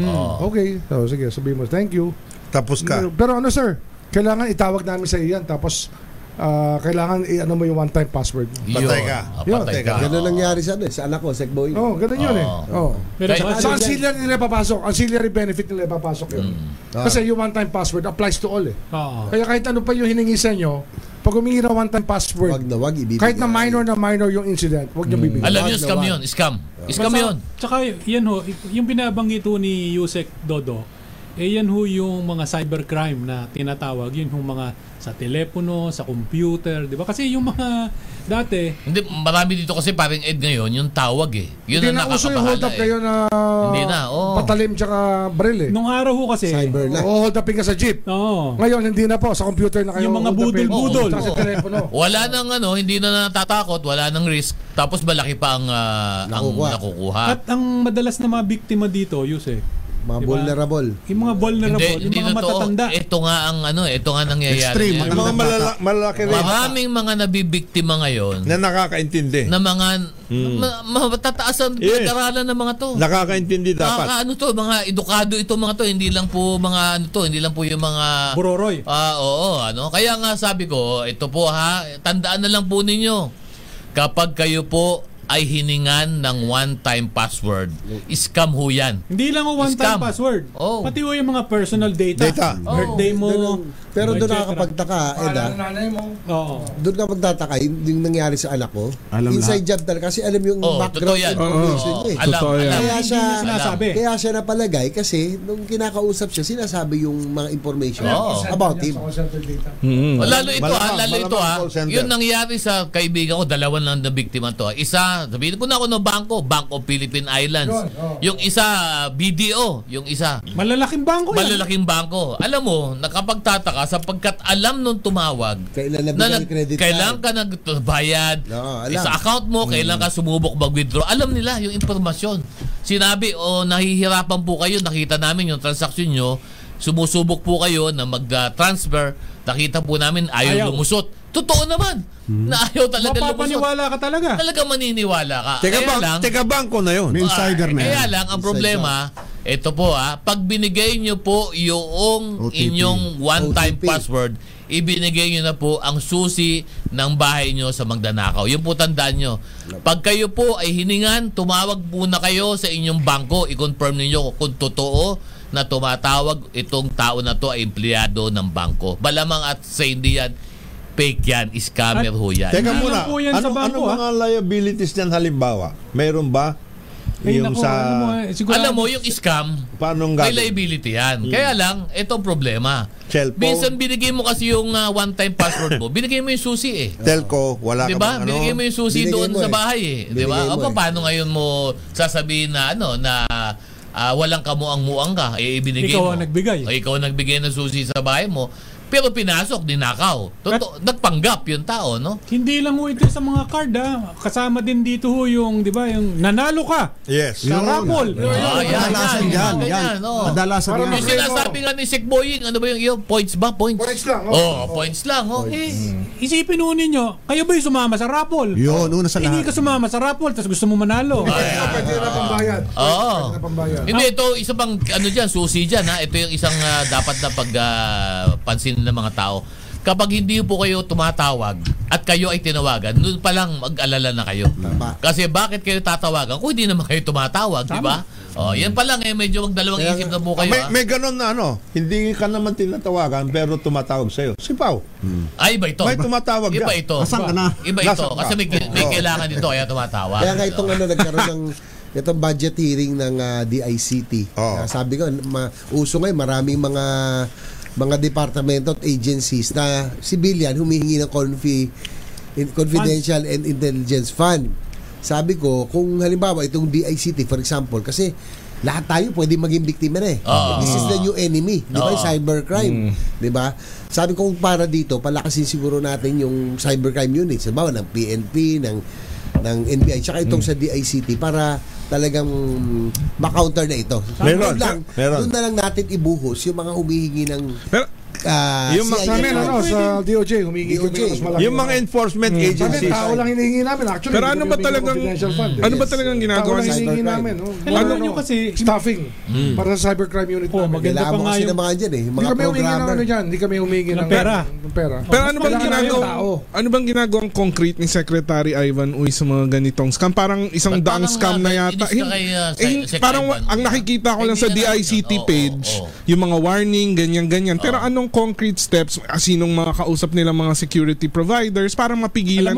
Okay. So, sige, sabihin mo, thank you.
Tapos ka.
Pero, pero ano sir, kailangan itawag namin sa iyo yan. Tapos, ah, kailangan i-ano mo yung one-time password mo.
Yun.
Patay ka.
Ah,
Yun.
Patay ka.
Ganun nangyari sa, ano, eh, sa anak ko, Sekboy.
Oh, ganun yun eh. Oh.
Pero
Kay-
saka-
Sa ancillary nila papasok, ancillary benefit nila papasok yun. Kasi yung one-time password applies to all eh.
Oo.
Kaya kahit ano pa yung hiningi sa inyo, pag humingi ng one-time
Wag
password,
na wag, ibibigay.
kahit na minor na minor yung incident, huwag niyo bibigyan.
Alam niyo, scam yun. Scam. Scam
Basta-
yun.
Tsaka yan ho, yung binabanggit ho ni Yusek Dodo, eh yan ho yung mga cybercrime na tinatawag, yun yung mga sa telepono, sa computer, di ba? Kasi yung mga dati,
Hindi, marami dito kasi parang Ed ngayon, yung tawag eh. Yun
Hindi
ang
na uso yung hold
nakakabahala
up
eh.
kayo na
Hindi na, oo.
patalim tsaka baril eh.
nung araw ho kasi,
Cyber na.
Oo, hold upin ka sa jeep.
oo,
Ngayon, hindi na po. Sa computer na kayo.
Yung mga
hold upin.
budol-budol.
Tsaka sa telepono.
Wala nang ano, hindi na natatakot, wala nang risk. Tapos malaki pa ang, ah,
Nakukuha.
ang nakukuha.
at ang madalas na mga biktima dito, Yusek,
Mga
Oh,
Diba?
vulnerable.
yung mga vulnerable, yung mga
totoo.
matatanda.
Ito nga ang ano, ito nga nangyayari.
Extreme,
ngayon.
Mga malala- malalaki rin
Maraming mga nabibiktima ngayon
na nakakaintindi.
na mga ma- matataasan ang
Yes.
pinag-aralan ng mga to.
Nakakaintindi
Mga
dapat.
ano to, mga edukado ito mga to, hindi lang po mga ano to, hindi lang po yung mga
Bororoy.
Ah, oo, ano? Kaya nga sabi ko, ito po ha, tandaan na lang po ninyo. Kapag kayo po ay hiningan ng one-time password, scam ho yan.
Hindi lang ho one-time
eh, Scam. Oh.
password.
Oo.
Pati ho yung mga personal data. Oh.
Data.
Birthday mo.
Oh.
Pero doon
etc.
Diba,
nakakapagtaka, Ed
Alam
ah.
ng nanay mo.
Oo.
Doon ka magtataka, yun yung nangyari sa anak ko.
Alam
Inside job talaga. Kasi alam yung
Oh, totoo
background
yan.
information
Oo,
niya. eh.
alam,
Totoo yan.
alam.
Kaya
Hindi
siya,
niya sinasabi.
kaya siya napalagay kasi nung kinakausap siya, sinasabi yung mga information
Oo.
about him.
Sa call center data.
O, Lalo ito ha,
Malamang-
lalo ito ha.
malamang call center.
Yun nangyari sa kaibigan ko, dalawa lang na biktima to. ha. Isa, sabihin ko na ako ng bangko, Bank of Philippine Islands.
Yun, oo.
Yung isa, BDO. Yung isa,
Malalaking bangko yan.
malalaking bangko. Alam mo, nakapagtataka sapagkat alam nung tumawag
Kailan na
na
bigyan ng credit
kailan
card.
ka nagbayad
Oo,
eh,
alam. Mm.
sa account mo, kailan ka sumubok mag-withdraw. Alam nila yung impormasyon. Sinabi, o nahihirapan po kayo, nakita namin yung transaction nyo, sumusubok po kayo na mag-transfer, nakita po namin ayaw,
Ayaw. Hmm.
lumusot. Totoo naman na ayaw talaga lumusot.
Mapapaniwala ka talaga.
Talaga maniniwala ka.
Teka
Kaya
bang,
lang-
teka bangko na yun.
May insider na
Ah, kaya
yan.
lang, ang problema, ito po ha, pag binigay nyo po yung
OTP.
inyong one-time
OTP.
password, ibinigay nyo na po ang susi ng bahay nyo sa Magdanakaw. Yun po tandaan nyo. Pag kayo po ay hiningan, tumawag muna kayo sa inyong bangko. I-confirm ninyo kung totoo na tumatawag itong tao na to ay empleyado ng bangko. Balamang at sa hindi yan, fake yan, scammer ho yan.
Teka
Ano
muna,
po yan sa
ano,
bangko, ah?
ano mga liabilities niyan halimbawa? Meron ba
Ay,
yung
naku,
sa
ano mo, eh, siguro,
Alam mo, yung scam,
paano ang
may
gagawin?
liability yan. Kaya lang, ito ang problema.
Cellphone.
Minsan binigay mo kasi yung ah, one-time password mo, binigay mo yung susi eh.
Telco, wala
Di
ka
ba?
bang ano?
Diba? Binigay mo yung susi
Binigay
doon
mo
sa
eh.
bahay eh. Di ba?
Binigay
O
mo eh.
paano ngayon mo sasabihin na ano, na ah, walang kamuang-muang ka, eh ibinigay
Ikaw
mo.
ang nagbigay.
O, ikaw ang nagbigay ng susi sa bahay mo. Pero pinasok, ninakaw. Totoo, nagpanggap yung tao, no?
Hindi lang ho ito sa mga card ha. Kasama din dito ho yung, di ba, yung nanalo ka.
Yes.
Sa raffle.
Ah, yan,
Kadalasan
yan,
yan,
yan,
yan.
oh.
oo.
Kadalasan
Parang
yan.
Yung sinasabi nga ni Sek Boying, ano ba yung iyo? Points ba? Points?
Points lang,
Oh,
oo.
points lang. Oh. Eh,
Isipin ho ninyo, kayo ba yung sumama sa raffle? Eh,
Yun, una sa
Hindi ka
lahat.
sumama sa raffle tapos gusto mo manalo.
Pwede na pambayad.
Ah. Oo.
Pwede na pambayad.
Hindi, ito isa pang ano dyan, susi dyan ha. Ito yung isang ah, dapat na pagpansin ng mga tao. Kapag hindi po kayo tumatawag at kayo ay tinawagan, noon pa lang mag-alala na kayo. Kasi bakit kayo tatawagan kung hindi naman kayo tumatawag, di ba? Oh, yan pa lang eh, medyo magdalawang isip na po kayo.
ah.
May,
ah. ha?
may ganun na ano, hindi ka naman tinatawagan pero tumatawag sa'yo. Si Pau,
Hmm.
Ay, iba ito.
may tumatawag
Iba
dyan.
ito.
Asan ka na?
Iba ito.
Nasaan ka?
Kasi may, may kailangan dito kaya tumatawag.
Kaya nga itong ano, nagkaroon ng itong budget hearing ng ah, DICT.
Oo.
Ah, sabi ko, ma- uso ngayon, maraming mga mga departamento at agencies na civilian humihingi ng confi, in- confidential and intelligence fund. Sabi ko, kung halimbawa itong DICT, for example, kasi lahat tayo pwede maging biktima na eh.
Oo.
This is the new enemy, di ba?
Oo.
Mm.
Cybercrime, di ba? Sabi ko kung para dito, palakasin siguro natin yung cybercrime unit, sabaw ng PNP, ng ng NBI, tsaka itong
Mm.
sa DICT para talagang makounter na ito.
Meron,
Doon lang,
meron.
Doon na lang natin ibuhos yung mga humihingi ng
Pero,
ah,
Yung mga- oh,
CIA.
Sa amin, ano, sa DOJ, humingi kami
DOJ.
ng mas malaki.
Yung mga enforcement
Hmm.
Sa amin,
agencies.
tao lang hinihingi namin. Actually,
Pero
hindi
ano
kami
ba
humingi ng
talagang-
confidential fund, eh.
ano ba
Yes.
talagang
Tao
ginagawa
lang
ni
hinihingi
Cybercrime.
namin. oh.
Kailangan
Ano,
nyo kasi-
Staffing. Para sa cybercrime unit
Oh,
namin.
maganda
Kailangan
pa
mo
nga
kasi
yung-
ng mga dyan eh, yung
Hindi
mga
kami humingi ng
programmer.
ano dyan. Hindi kami humingi ng,
Ng pera.
Ng pera.
Pero ano bang
Kailangan namin
ginagawa?
tao.
Ano bang ginagawang concrete ni Secretary Ivan Uy sa mga ganitong scam? Parang isang
Ba't
daang
parang
scam na
nga,
yata.
inis ka kay, uh,
Eh,
Sec- Sec
parang
Ivan?
ang nakikita ko lang sa
Kaibigan natin
DICT
yun. Oo,
page,
oo.
yung mga warning, ganyan-ganyan. Pero
Oo.
anong concrete steps, ah, sinong mga kausap nila mga security providers para mapigilan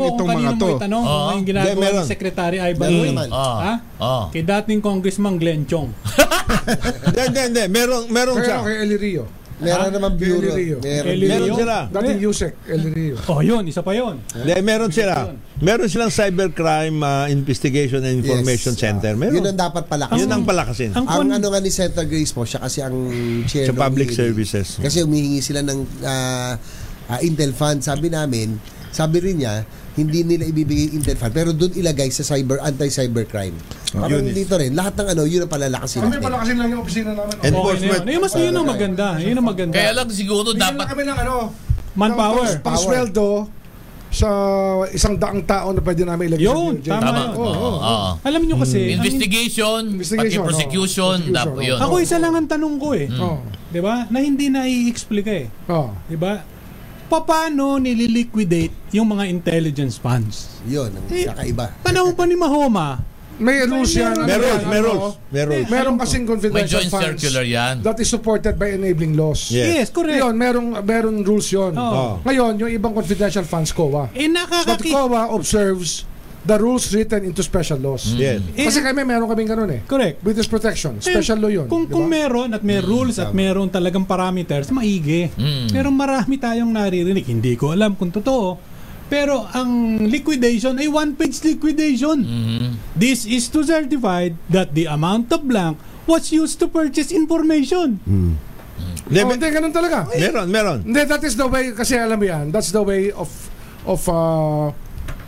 Alam mo kung
itong mga
kanino
to?
mo itanong
Oo.
kung ano yung ginagawa
Hindi, meron.
ni Secretary Ivan
Meron
Uy.
naman.
Oh,
Ha?
oh.
Kay dating Congressman Glenn Chong.
Hindi, hindi, hindi. Meron, meron
Pero
siya.
kay El Rio.
Meron
Ah,
naman bureau.
Rio.
Meron.
Eli
Meron
Rio.
sila.
Dating Yusek, El Rio.
Oh, yun. Isa pa yun.
Hindi, meron sila. Meron silang Cybercrime ah, Investigation and Information
Yes.
Center. Meron.
Yun ang dapat palakas.
Yun ang palakasin.
Ah. Ang,
Ang
kon-
ano nga ni Senator Grace po, siya kasi ang chair
Sa
ng
public
PNP.
services.
Kasi humihingi sila ng ah, ah, Intel Fund. Sabi namin, sabi rin niya, hindi nila ibibigay yung Intel Fund. Pero doon ilagay sa cyber anti-cybercrime.
Ah,
Parang dito rin. Lahat ng ano, yun ang palalakasin
Kami
natin.
pala kasi lang yung opisina namin.
And-
okay na
enforcement.
Oh, yun. Ayun, mas yun ang maganda. Yun ang maganda.
Kaya lang siguro
Bigyan lang
dapat
kami ng ano,
Manpower.
ng pang- pangsweldo sa isang daang tao na pwede namin ilagay
Yun,
DOJ.
tama.
tama. Oh,
Oo,
Oo, oo.
Alam nyo kasi, ang-
Investigation, pati
Investigation, oo.
prosecution,
Prosecution,
dapat
oo.
yun.
ako isa lang ang tanong ko eh.
ah. Mm.
Oo.
'Di ba? Na hindi na i-explica eh.
Oo.
'Di ba? Paano nililiquidate yung mga intelligence funds?
Yun, ang
Eh,
kakaiba.
Panahon pa ni Mahoma,
May rules yan. ano
May rules,
yan,
may
ano,
rules, may rules.
Meron kasing
May
confidential
joint
funds
circular yan.
that is supported by enabling laws.
Yeah.
Yes, correct.
Yun, merong, merong rules yun.
Oo.
Ngayon, yung ibang confidential funds, COA.
eh
But
nakakakita.
COA observes the rules written into special laws.
Yes.
Oh,
Kasi kami, meron kaming ganun eh.
eh, Correct.
Witness protection. Special law
Eh,
yun. diba?
Kung,
di
kung
ba?
meron at may rules at meron talagang parameters, maigi.
Mm.
Pero marami tayong naririnig. Hindi ko alam kung totoo. Pero ang liquidation ay one-page liquidation. This is to certify that the amount of blank was used to purchase information.
Hindi,
Oh,
may-
hindi, ganun talaga.
meron, meron.
Hindi, that is the way, kasi alam mo yan, that's the way of, of, uh,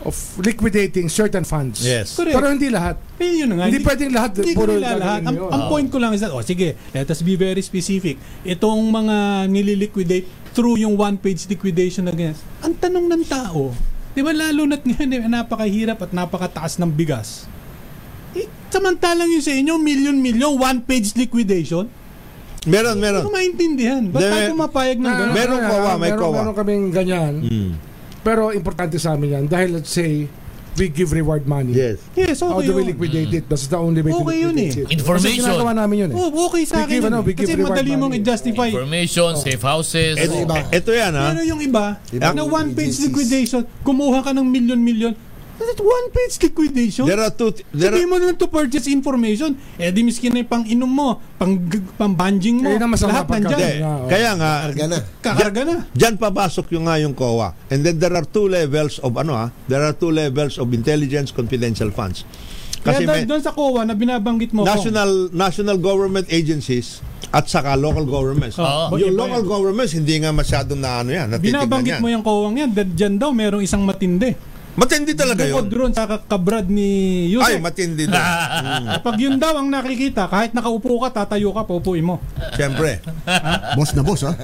of liquidating certain funds.
Yes.
Correct.
Pero hindi lahat.
Eh, yun na nga.
Hindi pwedeng lahat,
Hindi ko
puro
nila lahat. Ang,
gagawin mo yun. Ah.
ang point ko lang is that, oh, sige, let us be very specific. Itong mga nililiquidate through yung one-page liquidation na ganyan. Ang tanong ng tao, di ba lalo na't ngayon, eh, napakahirap at napakataas ng bigas. Eh, samantalang yung sa inyo, million-million, one-page liquidation.
Meron, meron.
Ano maintindihan? Ba't
Hindi,
tayo
may-
pumapayag ng gano'n?
Meron
Ano,
COA, may
meron,
COA.
Hmm.
Meron kaming ganyan. Pero importante sa amin yan. Dahil let's say, we give reward money.
Yes.
Yes,
How
okay
do we
yun.
liquidate it? That's the only way to
Okay yun eh.
liquidate it. Kasi
Information.
ginagawa namin yun eh.
Oh, okay sa
We give,
akin.
ano,
yun
we
eh.
give
Kasi
reward
madali mong
money.
i-justify.
Information, safe houses.
Ito,
Ano
iba.
ito yan ha.
Pero yung iba,
Ibang
na one-page
agencies.
liquidation, kumuha ka ng million-million, that's one-page liquidation.
There are two, there
Sabihin
are,
mo lang to purchase information, eh di miskin na yung pang-inom mo, pang, pang-banjing mo,
Kaya na masama
lahat
pagka-
hindi.
nandyan.
Yeah. Oo.
Kaya nga,
Karga na.
Kakarga Ah, oh. na.
Diyan papasok yung nga yung COA. And then there are two levels of ano ah, there are two levels of intelligence confidential funds.
Kaya
Kasi
dahil
may
doon sa COA na binabanggit mo,
national national government agencies at saka local governments.
Ah,
yung
iba
local
yan.
governments hindi nga masyadong na ano yan,
Kong,
natitignan
binabanggit
yan.
mo yung COA yan, dahil dyan daw merong isang matindi.
Matindi talaga
Bukod
yun.
doon sa kakabrad ni
Ay,
Yusef.
matindi to.
Kapag yun daw ang nakikita, kahit nakaupo ka, tatayo ka, pupuin mo.
Siyempre.
Boss na boss, ha?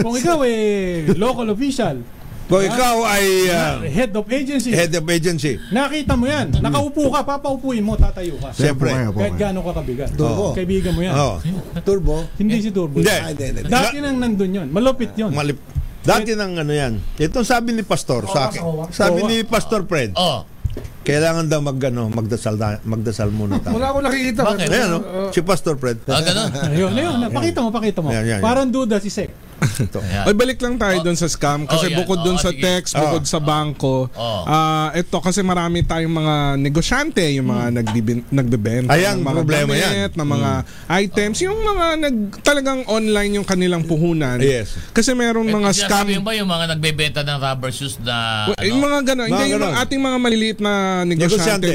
Kung ikaw eh, local official,
Kung ikaw ay ah,
head of agency,
head of agency,
nakita mo yan, nakaupo ka, papaupuin mo, tatayo ka.
Siyempre.
Kaya po,
Kahit
kaya.
gaano ka kabigat.
Turbo.
Kaibigan mo yan.
oh,
Turbo.
Hindi si Turbo.
Hindi.
Ah, hindi, hindi. hindi.
Dati nang nandun yun. Malupit yun.
malip. Dati nang ano yan. Itong sabi ni Pastor sa akin. Sabi ni Pastor Fred,
Oh,
kailangan daw mag, ano, magdasal, na- magdasal muna tayo.
Wala akong nakikita.
Bakit?
Ayan, no? Si Pastor Fred.
ah, ganun.
Ayun, ayun. Pakita mo, pakita mo.
Yan, yan, yan.
Parang duda si Sek.
Ayan.
Ay, balik lang tayo doon sa scam. Kasi
Oh, yan.
bukod doon
Oh,
sa
sige.
text, bukod sa bangko,
Oh.
ah, ito kasi marami tayong mga negosyante, yung mga
Hmm.
nagbibin- nagbebenta.
Ayan,
ng mga
problema
damit,
yan.
Ng mga
Hmm.
items. Yung mga nag, talagang online yung kanilang puhunan.
Yes.
Kasi merong mga
Eh,
scam.
sinasabi mo ba yung mga nagbebenta ng rubber shoes na...
Well, Yung
ano?
mga gano'n. Hindi,
Mga
yung mga
ganon.
ating mga maliliit na negosyante,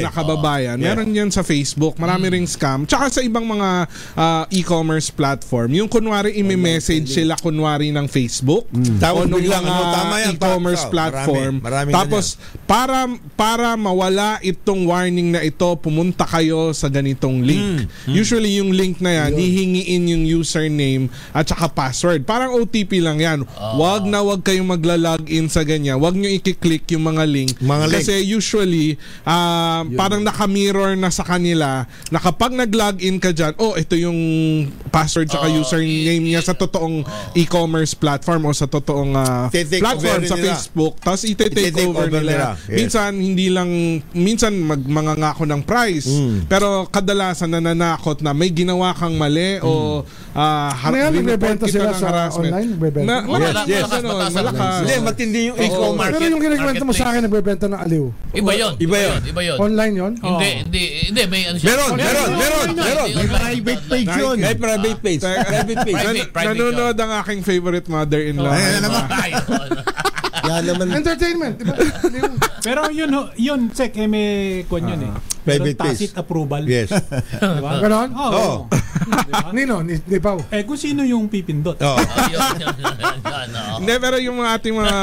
Negosyante.
na kababayan.
Oo. Mm. Yeah.
Meron yan sa Facebook. Marami ring scam. Tsaka sa ibang mga ah, e-commerce platform. Yung kunwari, ime-message sila kunwari ng Facebook.
Tapos
o nung
biglang,
mga
ano, tama yan,
e-commerce
tama.
platform.
Marami, marami
Tapos, para, para mawala itong warning na ito, pumunta kayo sa ganitong link. Usually, yung link na yan, hihingiin yung username at saka password. Parang OTP lang yan. Wag na wag kayong magla-login sa ganyan. Wag nyo i-click yung mga link.
Mga link.
Kasi usually, ah, parang naka-mirror na sa kanila na kapag nag-login ka dyan, oh, ito yung password at
Oh,
username niya sa totoong e-commerce platform o sa totoong ah,
Iti-take
platform
over
sa
nila.
Facebook. Tapos iti-take
Iti-take
over,
over
nila.
nila. Yes.
Minsan, hindi lang, minsan mag, mangangako ng price.
Mm.
Pero kadalasan nananakot na may ginawa kang mali o ah, har-
Mm. Ano yan?
report
Nagbebenta
kita
sila
ng
sa
harassment.
online? Nagbebenta?
Na,
Yes,
malakas,
yes.
ganun,
Batasan lang.
malakas.
Hindi, matindi yung
Oh. Oo.
e-commerce.
Pero yung kinikwento mo
marketplace.
sa akin, nagbebenta ng aliw.
Iba yun.
Iba yun.
Iba yun.
Online yun?
Hindi, hindi, hindi. May ano siya.
Meron, meron, meron, meron.
Hindi, online.
Private page yun.
May private page. Private page.
Private,
Nan-
private
nanonood ang aking favorite mother-in-law.
Ayan
Ano ba?
Ay, ano.
Yan naman.
Entertainment, di ba? Aliw.
Pero yun, ho- yun, Sek, eh, may kwan yun eh.
Private
Merong tacit
piece.
approval.
Yes.
Di ba?
Ganon?
Oo.
Oo.
Diba?
Nino, ni, ni Pao.
Eh, kung sino yung pipindot?
Oh.
Ayun, yun, yun, yun, oo.
Hindi, pero yung mga ating mga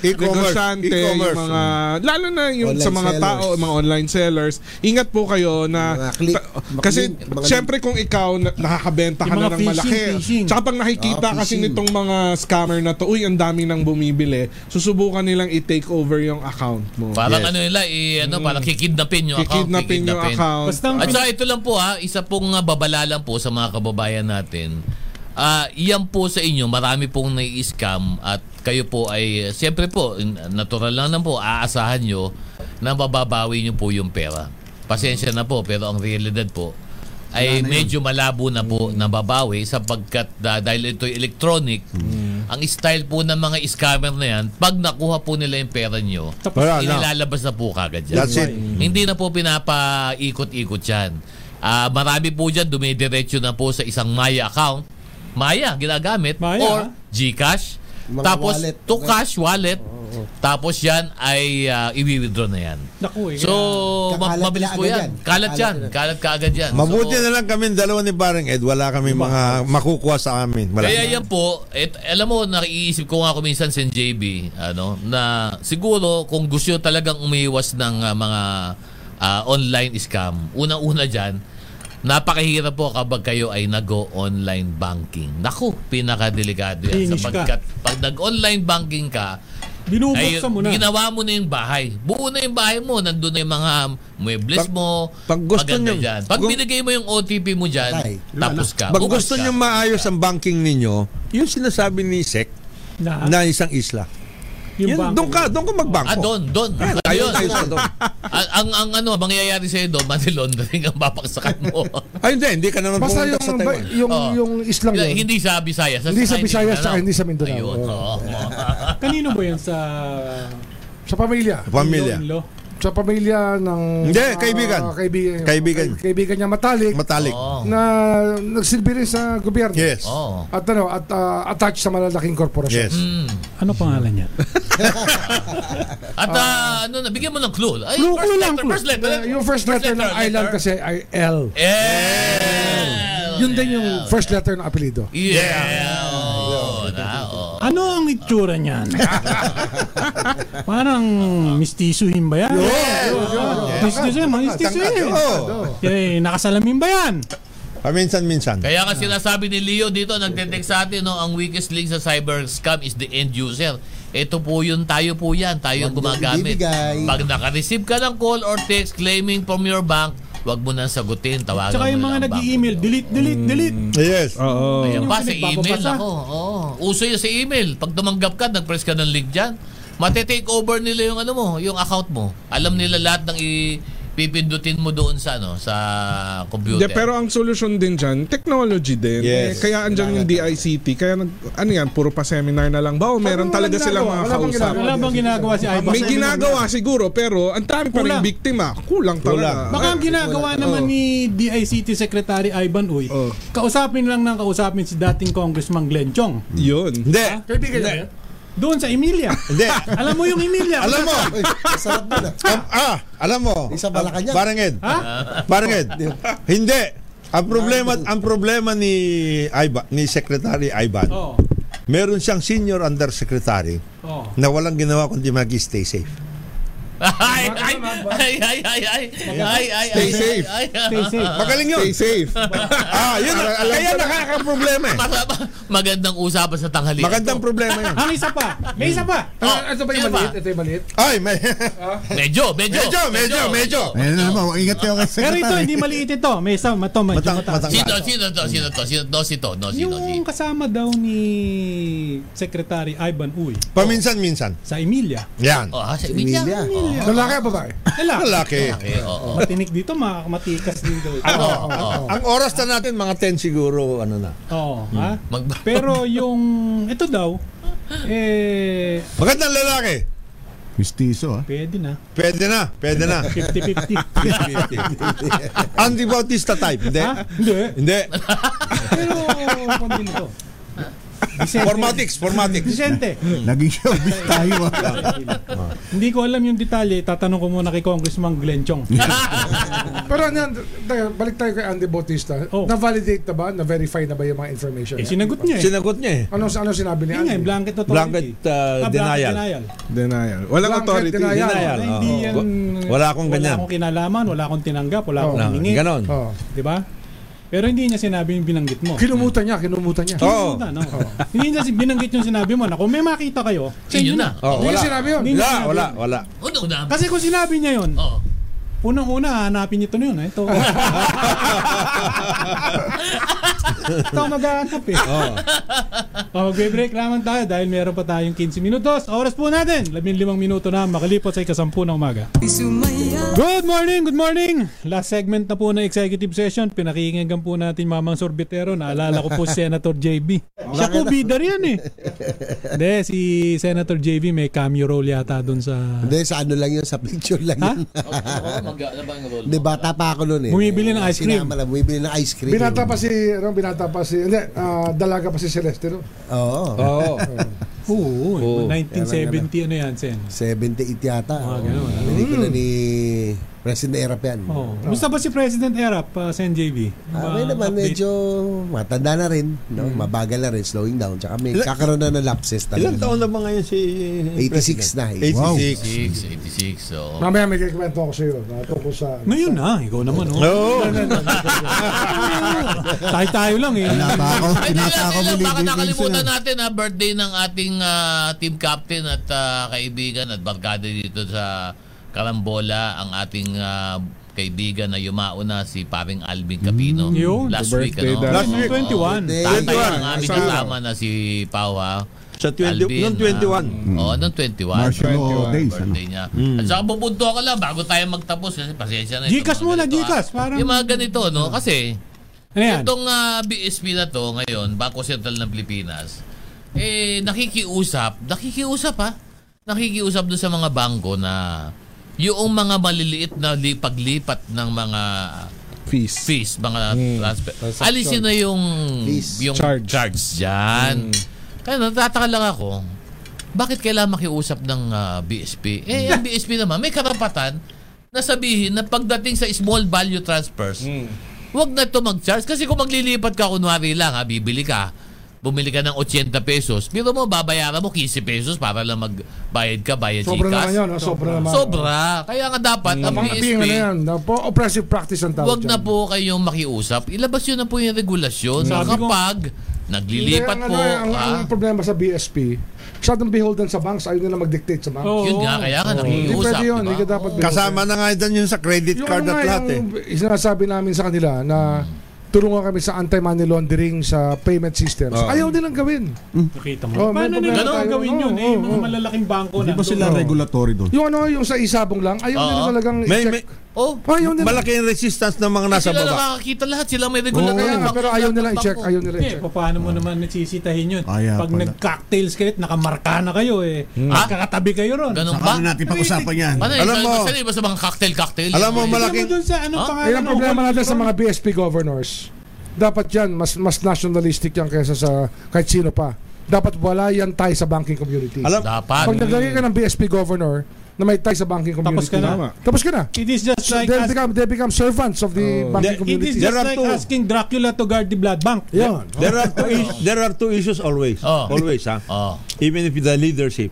E-commerce,
negosyante,
e-commerce.
yung mga, lalo na yung
Online
sa mga
sellers.
tao, mga online sellers, ingat po kayo na,
Mga click,
ta-
mga
kasi
link, mga
syempre kung ikaw na, nakakabenta ka
Yung
na
mga
ng malaki,
phishing, phishing.
tsaka pag nakikita
Ah,
kasi
phishing.
nitong mga scammer na to, uy, ang dami nang bumibili, susubukan nilang i-take over yung account mo.
Parang
Yes.
ano nila, i, ano, parang kikidnapin yung account.
Kikidnapin yung account.
Basta ang
At
pin-
saka ito lang po ha, isa pong uh, babala lang po sa mga kababayan natin. Ah, iyan po sa inyo, marami pong nai-scam at kayo po ay, eh, siyempre po, in- natural lang lang po, aasahan nyo na mababawi nyo po yung pera. Pasensya na po, pero ang realidad po ay medyo malabo na po na babawi sapagkat ah, dahil ito electronic, ang style po ng mga scammer na yan, pag nakuha po nila yung pera nyo,
Wala na.
inilalabas na po kagad yan.
That's it.
Hindi na po pinapaikot-ikot yan. Ah, marami po dyan dumidiretso na po sa isang Maya account. Maya, ginagamit.
Maya,
Or
ah.
Gcash.
Mga
tapos
wallet.
to cash wallet. Tapos yan ay ah, i-withdraw na yan.
Naku eh.
So, ma-
Kakalat
mabilis
na
po
agad
yan.
yan.
Kalat
Kakalat
yan.
na agad.
Kalat ka agad yan.
Mabuti
So,
na lang kami dalawa ni Parang Ed. Wala kami mga makukuha sa amin. Wala.
Kaya yan po, et, alam mo, naiisip ko nga ako minsan sa JB, ano, na siguro kung gusto nyo talagang umiwas ng ah, mga ah, online scam, unang-una dyan, napakahirap po kapag kayo ay nag-online banking. Naku, pinakadelikado yan.
Finish ka.
Sapagkat pag nag-online banking ka, ay,
binubuksan mo na.
ginawa mo na yung bahay. Buo na yung bahay mo. Nandun na yung mga muebles
Pag-
mo.
pag gusto
paganda
nyo-
dyan. Pag
kung-
binigay mo yung OTP mo dyan,
Patay.
tapos ka.
Pag
Bukas
gusto
ka.
nyo maayos ang banking ninyo, yung sinasabi ni Sek
Na-
na isang isla.
Yung
Yan,
bangko.
doon ka, doon ka magbangko.
Ah, doon, doon.
Ayan, tayo,
Ayun.
tayo sa doon.
Ang, ang, ang ano, mangyayari sa'yo doon, money laundering ang babaksakan mo.
Ay, hindi, hindi ka naman
Basta
pumunta
yung,
sa Taiwan.
yung,
Oo.
yung islang
Hindi,
Ano yun.
hindi sa Visayas.
Hindi sa
Ay,
Visayas,
Mindanao.
tsaka hindi sa Mindanao.
Ayun, oo.
Kanino ba yan sa...
Sa pamilya.
Pamilya.
Iloilo?
Sa pamilya ng...
Hindi,
ah,
kaibigan.
kaibigan.
Kaibigan.
Kay- Kaibigan niya matalik
Matalik.
Oo.
na nagsilbi rin sa gobyerno.
Yes.
Oo.
At ano, at ah, attached sa malalaking korporasyon.
Yes.
Mm.
Ano pangalan niya?
At ah, ano, nabigyan mo ng clue. Ay,
Clue,
first
clue lang,
letter,
clue.
first letter.
Na- Eh, yung first letter ng island kasi ay L.
Yeah.
Yun din yung first letter ng apelido.
Yeah. Oo, na, oo.
Ano ang itsura niyan? Parang mistisuhin ba yan?
Oh.
Mistisuhin, mga mistisuhin.
Oo.
Eh, nakasalamin ba yan?
Paminsan-minsan.
Kaya nga sinasabi ni Leo dito, nagtetext sa atin, no, ang weakest link sa cyber scam is the end user. Ito po yun, tayo po yan, tayo ang
Wag niyong
gumagamit.
ibibigay.
Pag naka-receive ka ng call or text claiming from your bank, wag mo nang sagutin, tawagan
Tsaka
mo
yung
na
mga
ang bank.
nag-i-email, delete, delete, delete.
Yes.
Oh.
Oo.
Ayan
Yung
pa, sa email
pinagbababasa.
ako. Oo. Uso yun sa email. Pag tumanggap ka, nag-press ka ng link dyan, matetake over nila yung ano mo, yung account mo. Alam nila lahat ng ipipindutin mo doon sa ano, sa computer.
De, pero ang solusyon din dyan, technology din.
Yes.
Eh, kaya andyan yung DICT. Kaya nag, ano yan, puro pa seminar na lang ba? O meron
Ano,
talaga
walang
silang
ginagawa,
mga
wala bang
kausap?
Wala bang ginagawa si Ivan?
May ginagawa siguro, pero ang dami pa rin
Kulang.
biktima. Kulang talaga.
Baka ang ginagawa naman ni DICT Secretary Ivan Uy,
Oh.
kausapin lang ng kausapin si dating Congressman Glenn Chong.
Yun.
Hindi.
Kaibigan niya yan?
Doon sa Emilia.
Hindi.
Alam mo yung Emilia?
Alam mo.
Uy, masarap na na.
Um, ah, alam mo.
Isa Malacanang.
Parang Ed. Parang Ed. Hindi. Ang problema ang problema ni Ivan, ni Secretary Ivan.
Oo.
Oh.
Meron siyang senior undersecretary
Oo.
na walang ginawa kundi mag-stay safe.
Ay, ay, ay, ay, ay, ay, ay, ay, ay,
Stay safe.
ay, ay.
Stay safe.
Magaling yun.
Stay safe.
Ah, yun. kaya nakaka-problema eh.
Masama- Magandang usapan sa tanghali.
Magandang problema yun.
Ang isa pa. May isa pa.
Oh,
Ah, ito ba
sino
yung
ba?
maliit? Ito yung maliit?
Ay, may...
Medyo, medyo.
Medyo, medyo, medyo.
Ayan na naman, ingat kayo kay
Pero ito,
Secretary.
hindi maliit ito. May isa, mato, medyo
Matang,
mataas.
matang.
Sino, sino to, sino to, sino to, sino to, no, sino,
Yung
sino.
kasama daw ni Secretary Ivan Uy
Paminsan-minsan.
sa Emilia.
Yan.
Oh, ha, sa Emilia.
Emilia.
Oh, eh,
Lalaki o babae?
Wala.
Malaki.
okay, oo.
Matinik dito, makamatikas din daw.
Ano?
Oo, oo.
Ang oras na natin, mga 10 siguro, ano na.
Oo, ha?
Mag-
Pero yung ito daw, eh,
Magandang lalaki.
Mistiso, ah.
pwede na.
Pwede na, pwede na.
50-50.
Andy Bautista type, hindi?
ha? Hindi.
Hindi.
Pero, kung din ito. Vicente.
Formatics, formatics.
Vicente.
Naging showbiz tayo, ah.
Hindi ko alam yung detalye. Tatanong ko muna kay Congressman Glenn Chong.
Pero ano yan, teka, balik tayo kay Andy Bautista.
Oh.
Na-validate na ba? Na-verify na ba yung mga information?
Eh,
niya?
sinagot niya eh.
Sinagot niya eh.
Ano ano sinabi ni
Yun nga,
Andy?
yung blanket authority.
Blanket, uh,
Ah,
denial.
Denial. Walang
Blanket
authority.
denial.
Denial.
Na hindi
oo.
yan,
Oh. Wala akong
Wala
ganyan.
akong kinalaman, wala akong tinanggap, wala akong
Ah,
hiningi.
Ganon.
Oh.
Di ba? Pero hindi niya sinabi yung binanggit mo.
Kinumutan niya, kinumutan niya.
Oh.
Kinumutan, no? Hindi niya si- binanggit yung sinabi mo na kung may makita kayo, sa
Yun
inyo
na.
Oh,
Hindi
wala.
niya sinabi yun.
Hindi niya
Wala,
sinabi
wala,
yun.
wala.
Unang na. Oh.
Kasi kung sinabi niya yun,
Oo.
unang-una hanapin niyo ito na yun. eh. Ito. ito ang maghahanap eh.
Oh.
O, magbe-break lamang tayo dahil meron pa tayong 15 minutos. Oras po natin, 15 minuto na makalipas sa ikasampu ng umaga. Good morning, good morning! Last segment na po ng executive session. Pinakikinggan po natin Mamang Sorbitero. Naalala ko po si Senator JB. Siya po bidar yan eh. Hindi, si Senator JB may cameo role yata dun sa...
Hindi, sa ano lang yun, sa picture lang
Ha?
yun.
Oo, mag- ano ba ang role mo?
Hindi, bata pa ako noon eh.
Bumibili ng ice cream.
Sinama na, bumibili ng ice cream.
Binata pa si, ano, binata pa si, hindi, ah, dalaga pa si Celeste, no?
Oo.
Ah,
Oo. Oo.
Oo, 1970 ano yan, Sen?
78 yata.
Ah,
Oo.
ganun, ah.
Pelikula ni President Erap yan.
Oh. Gusto ba si President Erap, uh, Sen JB?
Ah, may
Mga
naman,
update? Hmm.
medyo matanda na rin. No? Mabagal na rin, slowing down. Tsaka may kakaroon na ng lapses
Ilang
talaga.
taon na ba ngayon si...
86 na, eh.
86.
86, 86, oo.
Mamaya may kikwento ako sa iyo na tungkol sa...
Ngayon na, ikaw naman oh.
Oo.
Tayo-tayo lang eh.
Pinata ako,
Ay,
pinata ako
nila,
muli.
baka
Vincent,
nakalimutan
ah.
natin ha, birthday ng ating ah, team captain at ah, kaibigan at barkada dito sa Karambola, ang ating ah, kaibigan na yumauna si paring Alvin Capino
Mm, yun,
last
the
week.
birthday
Ano?
dahil-
Last
Eh,
Oo.
21.
Tatay
Twenty-one.
ng aming
Masaya.
kasama na si Pau ha.
Sa 20,
ah, Alvin, ah,
noong 21.
Oo, noong 21.
Martial law
21
days. Ano?
birthday niya. At saka pupunto ako lang bago tayo magtapos kasi pasensya na. itong
Gcash
mga
muna,
ganito, ah.
Gcash, parang-
Yung mga ganito, no? Kasi,
Ano yan?
itong ah, BSP na to ngayon, Bangko Sentral ng Pilipinas, eh, nakikiusap, nakikiusap ha, nakikiusap doon sa mga bangko na yung mga maliliit na li- paglipat ng mga
Fees.
fees, mga
Hmm.
transfer. Alisin na yung
Fees.
yung
Charge.
charge dyan.
Hmm.
Kaya natataka lang ako, bakit kailangan makiusap ng ah, BSP? Eh, ang BSP naman, may karapatan na sabihin na pagdating sa small value transfers,
Hmm.
wag na to mag-charge. Kasi kung maglilipat ka, kunwari lang, ha, bibili ka, bumili ka ng 80 pesos, pero mo, babayaran mo 15 pesos para lang magbayad ka, bayad
Sobra
Gcash.
naman yun. oh, Sobra naman.
Sobra. Kaya nga dapat, ang
Pang
BSP,
being ano yan. na- po- Oppressive practice ang tawag
Huwag na
dyan.
po kayong makiusap. Ilabas yun na po yung regulasyon.
Sabi ko-
kapag naglilipat
Kaya ang
po,
ano, ang,
ah,
ang problema sa BSP, masyadong beholden sa banks, ayaw nila mag-dictate sa banks.
Oo.
yun nga, kaya nga
Hindi
nakikiusap.
pwede
Oh, di ba? Oh.
yun. Hindi ka dapat beholden.
Kasama na nga dyan yung sa credit
Yung
card
ano
at
nga,
lahat eh.
yung sinasabi namin sa kanila na tulungan kami sa anti-money laundering sa payment systems.
Oh.
Ayaw nilang gawin.
Nakita mo.
Oh, may
Paano
problema
nila
tayo. Oh,
gagawin yun?
Oo,
Eh, yung mga
oo.
malalaking bangko
Di
na.
ba Ano sila regulatory doon?
Yung ano, yung sa isabong lang, ayaw nila
Oo.
talagang
May,
i-check.
may,
Oh,
Ayaw nila.
malaki yung resistance ng mga nasa
sila
baba.
nakakakita lahat. Sila may
Oo,
regular
kaya nga, pero ayaw nila i-check. Ayaw nila
Eh,
i-check.
paano mo naman nagsisitahin yun?
Kaya
Pag
pala.
nag-cocktails kayo, nakamarka na kayo eh.
Hmm?
Magkakatabi kayo ron.
Ganun
Saka
ba?
na natin pag-usapan yan.
Ano
Alam
yun?
mo-
Basta iba sa mga cocktail-cocktail.
Alam mo, malaki-
Yun.
Malaking...
malaking-
dun sa anong
Ah?
pangalan?
Ayun ang
ng
problema
World
natin sa
Bank?
mga BSP governors. Dapat yan, mas, mas nationalistic yan kaysa sa kahit sino pa. Dapat wala yan tayo sa banking community.
Alam,
Dapat.
Pag naglagay ka ng BSP governor na may tie sa banking
Tapos
community.
ka na.
Tama. Tapos ka na.
It is just like
they,
us-
become, they become servants of the
Hindi,
banking
It
community.
is just
There are
like
two.
asking Dracula to guard the blood bank.
Yan.
there are two is-
ano?
there are two issues always.
Oh.
Always ha.
Oh.
Even if the leadership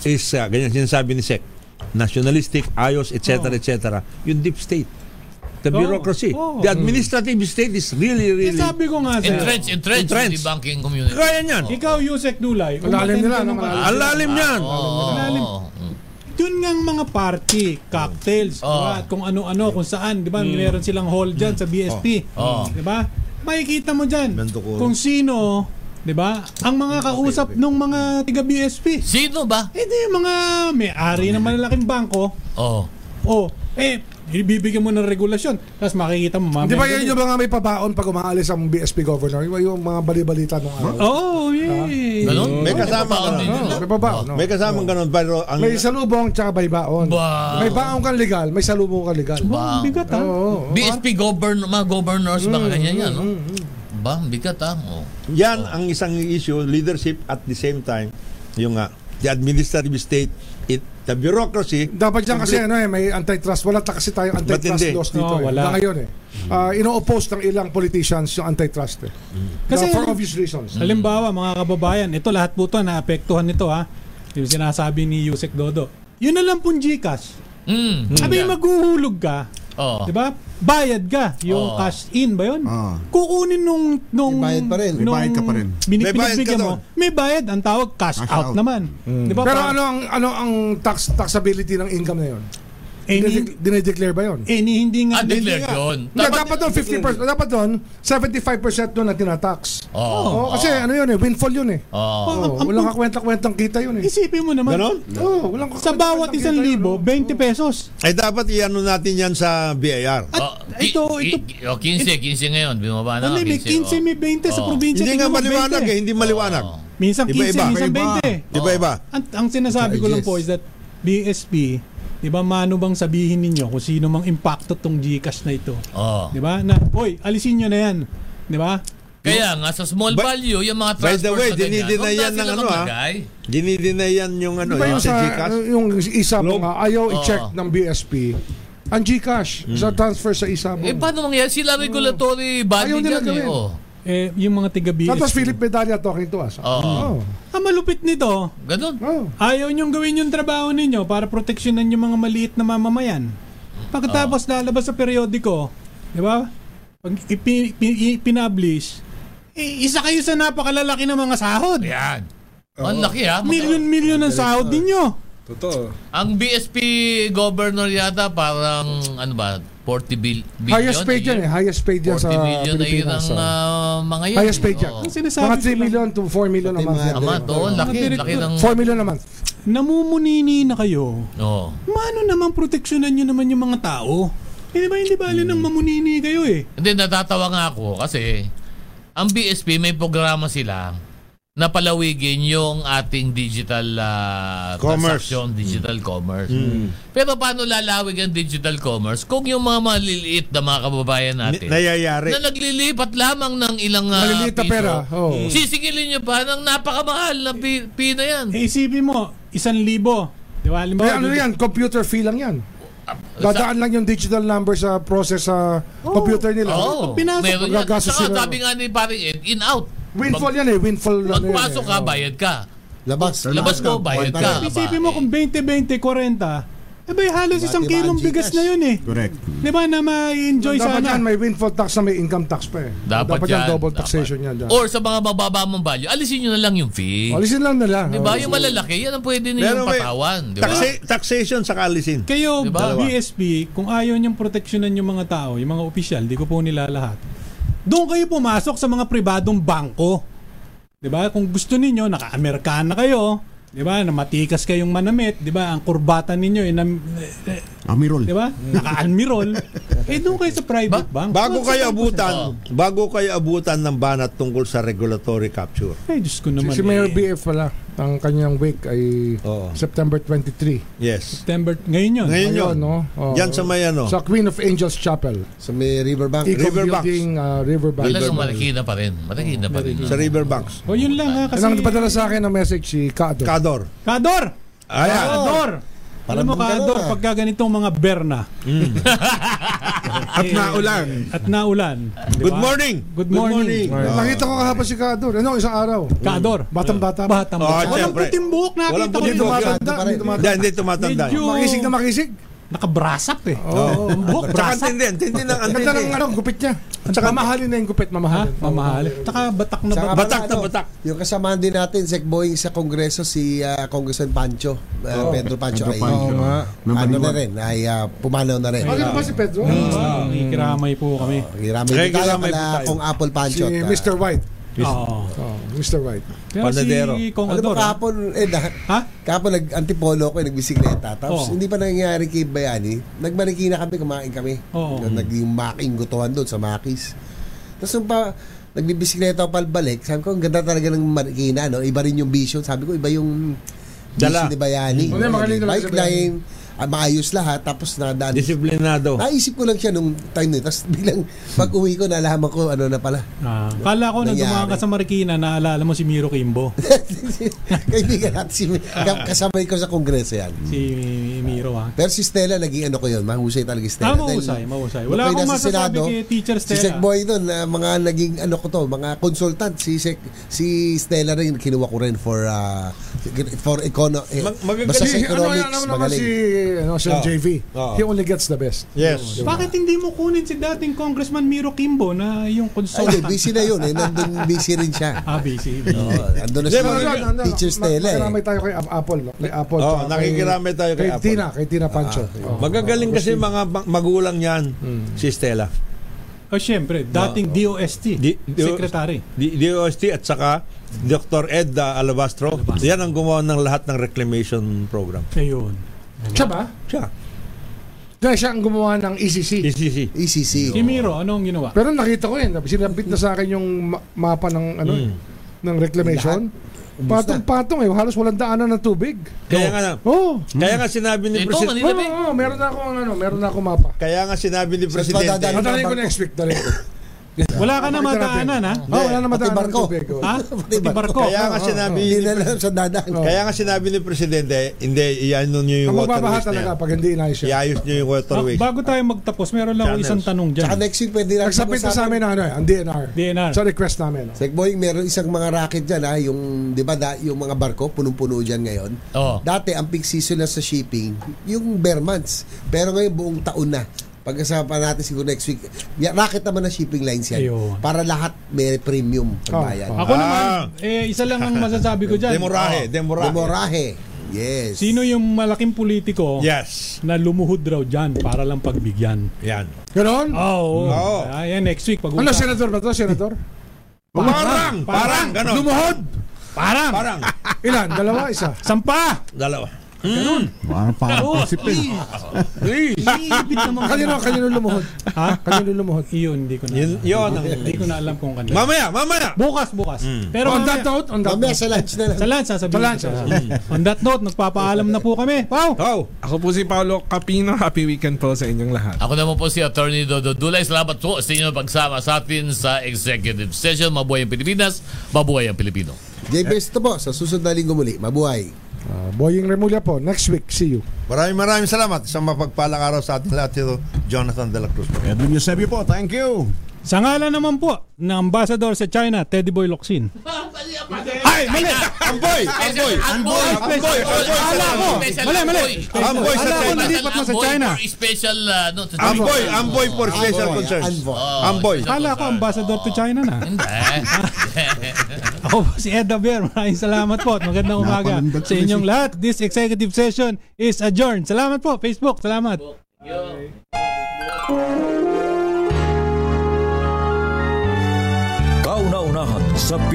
is uh, ganyan sinasabi ni Sec, nationalistic, ayos, etc. etc. Yung deep state. The
Oh.
bureaucracy.
Oh.
The administrative state is really,
Eh,
really...
sabi Oh. ko nga sa'yo.
Entrenched, entrenched.
Entrenched.
Hindi banking community.
Kaya niyan.
Ikaw, Yusek Dulay.
Ang lalim
umattend
nila,
ka ng
ano,
pa-
Ang lalim niyan.
Oo.
Malalim.
Mm.
Doon nga ang mga party, cocktails,
Oh.
diba? at kung ano-ano, kung saan, di ba?
Mm.
Meron silang hall dyan sa BSP.
Oh.
Di ba? Makikita mo dyan
Bento ko.
kung sino, di ba? Ang mga kausap ng mga tiga BSP.
Sino ba?
Eh di, yung mga may-ari ng malalaking bangko,
Oh.
oh, eh, ibibigyan mo ng regulasyon. Tapos makikita mo mamaya.
Di ba yun
gabi.
yung mga may pabaon pag umaalis ang BSP governor? Yung, yung mga balibalita nung araw.
Oo, oh, yeah.
Ganun?
May kasama
Baon
ka.
din
Oo,
nila.
may pabaon. no?
May kasamang ganun. Pero ah, ang,
May salubong tsaka may baon.
Wow.
May baon kang legal, may salubong kang legal.
Wow.
Ang bigat ha.
Oo, oo, oo.
BSP govern mga governors ba ganyan yan? no? Ba, ang bigat ah. Oh.
yan ang isang issue. Leadership at the same time, yung nga, the administrative state, it, the bureaucracy,
Dapat dyan kasi ano eh, may antitrust. Wala ta kasi tayong antitrust
Matindi.
laws dito.
Oo,
eh.
wala.
Hanggang ngayon eh. Ah, ino-oppose ng ilang politicians yung antitrust eh.
Kasi
Kasi for
ano-
obvious reasons.
Halimbawa, mga kababayan, ito lahat po ito, naapektuhan nito ha. Yung sinasabi ni Yusek Dodo. Yun na lang pong Gcash.
Mm.
Sabi, maghuhulog ka.
Oh.
Di ba? Bayad ka.
Oh.
Yung
Oo.
cash in ba yun?
Oo.
Kukunin nung... nung
May bayad pa rin.
May bayad ka pa rin.
Bini-
May bayad ka
pinagbigyan
Mm.
mo. May bayad. Ang tawag, cash, out,
Cash out.
naman. Di ba?
Pero
Pa-
ano ang ano ang tax taxability ng income na 'yon?
Any,
Dinedec- Dinedeclare ba 'yon?
any hindi nga...
Ah, declare yun.
Dapat, dapat doon 50%, dapat doon 75% doon ang tinatax.
Oh.
Oo, kasi ano 'yun eh, windfall 'yun eh.
Oh.
Ang-
Oo,
ang-
walang kakwenta-kwentang kita 'yun eh.
Isipin mo naman.
Ganon?
Oo, walang
Sa bawat
kakwenta-kwentang
isang
kita yun,
libo,
oh.
20 pesos.
ay dapat iano natin yan sa BIR.
At ito, ito...
oh, 15, 15 ngayon. Bumaba na
Ano,
nga, oh.
may 15, may 20 sa
Oo.
oh.
probinsya.
Hindi nga
tingnan mo, Oh.
maliwanag
20.
eh, hindi maliwanag.
Oo.
Minsan 15,
Iba-iba.
minsan
Iba-iba.
20.
Iba-iba.
Ang, ang sinasabi ko lang po is that BSP, di ba, mano bang sabihin ninyo kung sino mang impacto tong Gcash na ito?
Oh.
Di ba? Na, oy, alisin nyo na yan. Di ba?
Kaya nga, sa small
By-
value, yung mga
by
transport
the way,
na ganyan,
dinideny
huwag
yan
na
ng
sila
ano, ah.
maglagay.
Dinidinay yan yung ano,
Di ba
yung
yung eh,
sa
sa uh,
Gcash.
yung isa
Loan?
nga ayaw
Oo.
i-check ng BSP ang Gcash
Hmm.
sa transfer sa isa
Eh, paano mangyayari? Sila regulatory body
Oh. Ayaw nila
dyan eh.
gawin.
Oh.
Eh, yung mga tiga BSP.
Tapos Philip Medalla talking to us.
Oo.
Oh.
Ang malupit nito,
Ganun.
Oh.
ayaw nyong gawin yung trabaho ninyo para proteksyonan yung mga maliit na mamamayan. Pagkatapos
Ah.
lalabas sa periodiko, di ba? Pag ipi- ipi- ipinablish, eh, isa kayo sa napakalalaki ng mga sahod.
Yan. Ang laki ah. ha.
Million-million ang sahod ninyo.
Totoo.
Ang BSP governor yata parang ano ba, 40 bil- billion.
Highest
a
paid yan eh.
year.
Highest paid
40
yan sa
billion na yun
Pilipinas.
ang
so.
ah, mga yun.
highest paid
eh.
yan.
Oo.
Ang sinasabi
Mga
ko
3
lang-
million to 4 million a month.
Pati
Tama, oo, laki,
Direct-
laki ng...
4 million a month.
Namumunini na kayo.
Oo.
Mano naman proteksyonan nyo naman yung mga tao. Hindi ba hindi bali nang mamunini kayo eh.
Hindi, natatawa nga ako kasi ang BSP may programa sila na palawigin yung ating digital ah,
Commerce.
transaction,
Mm.
digital commerce. Pero paano lalawig ang digital commerce kung yung mga maliliit na mga kababayan natin
Nayayari.
na naglilipat lamang ng ilang ah,
Maliliit na
piso, Mm.
pera. Oo.
sisigilin nyo pa ng napakamahal na pi- pina yan.
Eh isipin mo, isang libo. Di ba?
Eh,
Halimbawa,
ano
dito-
yan? Computer fee lang yan. Dadaan lang yung digital number sa process sa computer nila.
Oo.
pinasok,
Meron yan.
magagastos
Saka
sila.
sabi nga ni paring Ed, in out.
Windfall yan eh. Windfall ano yan eh.
Pagpasok ka,
Oo.
bayad ka.
Labas.
Labas mo, bayad ka.
Tama,
Isipin mo
eh.
kung 20, 20, 40. Eh ba, halos
Diba,
isang
diba,
kilong
ang
bigas
Gcash?
na yun eh.
Correct.
Di ba na ma-enjoy
Dapat
sana?
yan, may windfall tax na may income tax pa eh.
Dapat,
yan.
yan.
double
dapat.
taxation yan. dyan.
Or sa mga mababa mong value, alisin nyo na lang yung fee.
Alisin lang nila. Oh,
Di ba?
Oo.
Yung malalaki, yan ang pwede na
Pero
yung
may-
patawan. diba? Di ba?
Taxa- taxation sa kalisin.
Kayo,
Diba?
BSP, kung ayaw niyong proteksyonan yung mga tao, yung mga opisyal, di ko po nila lahat. Doon kayo pumasok sa mga pribadong bangko. Di ba? Kung gusto ninyo, naka-Amerikana kayo. Di ba? Na matikas kayong manamit. Di ba? Ang kurbata ninyo, eh, nam- eh, eh,
Amirol.
di ba? Naka-almirol. eh, doon kayo sa private bank.
Bago
Ano,
kayo
sa-
abutan,
Oo.
bago kayo abutan ng banat tungkol sa regulatory capture.
Eh, Diyos ko naman.
Si Mayor
eh.
BF pala, ang kanyang wake ay
Oo.
September 23.
Yes.
September, ngayon yun.
Ngayon yun.
Ayun, no? Oo.
Yan sa may ano.
Sa Queen of Angels Chapel.
Sa may riverbank.
Eco
Riverbanks.
Building, ah, Riverbanks.
Talagang malaki na pa rin. Malaki na pa rin.
Sa Riverbanks.
O yun lang ha, kasi...
Anong padala sa akin ng message si Kado?
Kador.
Kador!
Ayan.
Kador! Alam mo,
Parang ganun
Kador,
ah.
pagka ganitong mga berna
At naulan.
at naulan, diba? di
Good
ba?
morning.
Good morning.
Nakita ko kahapon si Kado. Ano, isang araw.
Kador.
Batang-bata.
Batang
Oh,
bata. Walang
syempre.
puting buhok na.
Walang
Walang
puting
puting
buhok.
buhok.
Tumatanda,
Gado pa rin.
hindi tumatanda.
Hindi, hindi tumatanda.
Medyo-
Makisig na makisig.
Nakabrasap eh.
Oo.
Ang buhok,
Tsaka ang
brasap.
tindi, ang tindi ng ang
Ganda
tindi.
ng ano, gupit niya. Mamahalin na yung gupit,
Ha?
mamahalin.
Mamahal. Taka batak na
Tsaka
batak.
Batak
pala,
na
ano,
batak.
Yung kasamaan din natin, Sekboy, sa Kongreso, si ah, Congressman Pancho,
Oh.
ah, Pedro Pancho.
Pedro
ay,
Pancho.
ah,
Number
ano na
one.
rin, ay ah, pumanaw na rin.
Bakit ba si Pedro?
Ah, Nakikiramay po kami.
Okay, Ramay
Okay,
din tayo
ramay
pala
po tayo.
kung Apple
Si
Pancho. at, ah,
Mr. White.
Oo.
Oh, Mr. White.
Pero
Panadero.
si Kong
Alam
ah.
mo,
Ador.
kahapon, eh, na,
Ha?
kahapon nag-antipolo ako, eh, nagbisikleta. Tapos,
Oo.
hindi pa nangyayari kay Bayani. Nagmarikina kami, kumain kami.
Oo.
Nag- Naging making gutuhan doon sa Makis. Tapos, nung pa, nagbibisikleta ako palbalik, sabi ko, ang ganda talaga ng Marikina, no? Iba rin yung vision. Sabi ko, iba yung
Dala.
vision ni Bayani.
Ano yung magaling talaga
Bike
si Bayani?
line, ah, maayos lahat, tapos nadaan.
Disiplinado.
Naisip ko lang siya nung time na yun. Tapos bilang pag-uwi ko, nalaman ko ano na pala.
Ah, kala ko nang
Nangyari.
dumaan ka sa Marikina, naalala mo si Miro Kimbo.
Kaibigan natin si kasama ko sa kongreso yan.
si Miro ha.
Pero si Stella, naging ano ko yun, mahusay talaga si Stella.
Ah, mahusay,
Dahil
mahusay.
nung
Wala
kayo
akong
nasa
masasabi
Senado,
kay Teacher
Si
Stella.
Sec Boy doon, na mga naging ano ko to, mga consultant. Si Sec, si Stella rin, kinuha ko rin for, ah, for econo, eh,
Mag- magagaling.
basta sa
Si, ano
economics,
yan naman naman
magaling.
si, ano, si
Oo.
JV.
Oo.
He only gets the best.
Ah. Yes.
Bakit hindi mo kunin si dating Congressman Miro Kimbo na yung
Ay, hindi,
consultant?
busy na yun. Eh. Nandun busy rin siya.
Ah, busy.
Oo, andun na si
Pero ano, ano,
Teacher
ma-
Stella. eh.
Makiramay tayo kay Ap- Apple. No? Kay Apple.
Oo,
tsaka kay-
nakikiramay tayo kay Apple. Ah.
Kay Tina, kay Tina Pancho. Oo.
Magagaling kasi
Gusto-
mga ma- magulang yan, si Stella.
Oh, syempre, dating DOST,
Di-
secretary.
Ah, D- DOST at saka Dr. Ed ah, Alabastro. Yan ang gumawa ng lahat ng reclamation program.
Ayun.
Siya ba?
Siya,
Dahil siya ang gumawa ng
E
E ECC.
ECC.
E ECC.
Si Miro, anong ginawa?
Pero nakita ko yun. Sinabit na sa akin yung ma- mapa ng ano eh, ng reclamation.
Ubus na.
Patong-patong eh. Halos walang daanan ng tubig.
Kaya nga, na-
Oh.
kaya nga sinabi ni
Ito,
Presidente.
Eh,
Oo,
Manila Bay.
oo, oo, meron na akong ano, meron na akong mapa.
Kaya nga sinabi ni
Sa
Presidente.
dadaan-
Dadalhin ko next week, dalhin ko.
Wala ka na
Makita natin.
madaanan, ha?
Oh, wala
Pati
na madaanan ng
barko.
tubig. oh.
Ha? Pati barko.
Kaya nga sinabi
Hindi
ni
na alam sa dadaan.
Oh.
Kaya nga sinabi ni Presidente, hindi, iano nyo yung
Ang magbabaha
waterways na
talaga
yan.
pag hindi inayos yan.
Iayos nyo yung
Ah,
waterways.
bago tayo magtapos, meron lang ako
Channels.
isang tanong dyan.
Tsaka next week pwede natin
Nagsabit na sa
pag-usapan.
amin ang ano eh, ang DNR.
DNR.
Sa request namin. oh.
Sek Boy, meron isang mga racket dyan ha, yung, di ba, da, yung mga barko, punong-puno dyan ngayon.
Oo.
Dati, ang peak season na sa shipping, yung bare months. Pero ngayon, buong taon na. Pag-asapan natin siguro next week. Ya, racket naman ng shipping lines yan.
Ayun.
Para lahat may premium pagbayad.
Ah.
Ako naman, eh, isa lang ang masasabi ko dyan.
Demorahe,
Oo.
demorahe.
Demorahe. Yes.
Sino yung malaking politiko
Yes.
na lumuhod raw dyan para lang pagbigyan?
Yan.
Ganon?
Oo.
Oo.
Ayan, next week. Pag
Ano, senador ba to, senador?
Parang, parang,
parang,
ganon.
Lumuhod!
Parang!
Parang,
Ilan? Dalawa, isa.
Sampa!
dalawa.
Parang pangakonsipin.
Iibit naman.
Kanino, kanino lumuhod?
Ha?
Kanino lumuhod?
Iyon, hindi ko na
Yun,
alam.
yun ang,
Hindi ko na alam kung kanino.
mamaya, mamaya.
Bukas, bukas.
Hmm.
Pero
on
mamaya-
that note, on that
Mamaya
note.
sa lunch na lang.
Sa lunch, sasabihin.
Sa lunch,
ko sa- On that note, nagpapaalam na po kami. Wow!
Oh,
Ako po si Paolo Capino. Happy weekend po sa inyong lahat.
Ako naman po si Attorney Dodo Dulay. Salamat po sa inyong pagsama sa atin sa Executive Session. Mabuhay ang Pilipinas, mabuhay ang Pilipino.
Jay Besto po, sa susunod na linggo muli. Mabuhay.
Ah, Boying Remulla po, next week, see you.
Maraming maraming salamat. Isang mapagpalang araw sa ating lahat ito, Jonathan de la Cruz.
Edwin Eusebio po, thank you.
Sa ngalan naman po na ambassador sa China, Teddy Boy Locsin.
Ay, mali! Amboy! Amboy!
Amboy!
Amboy!
Ala ko! Mali, mali!
Amboy sa
Ala ko,
China.
nalipat mo sa China.
for special, uh, no, to-
Amboy! Amboy for special
Envoy,
concerns.
envoy.
Oh,
Amboy.
special
Kala ko
concern.
ambassador to China na.
Eh. Hindi.
Ako po si Ed Davier. Maraming salamat po at magandang umaga
Napalundag
sa
tuloy
inyong
si-
lahat. This executive session is adjourned. Salamat po, Facebook. Salamat.
kauna-unahan sa Pilipinas.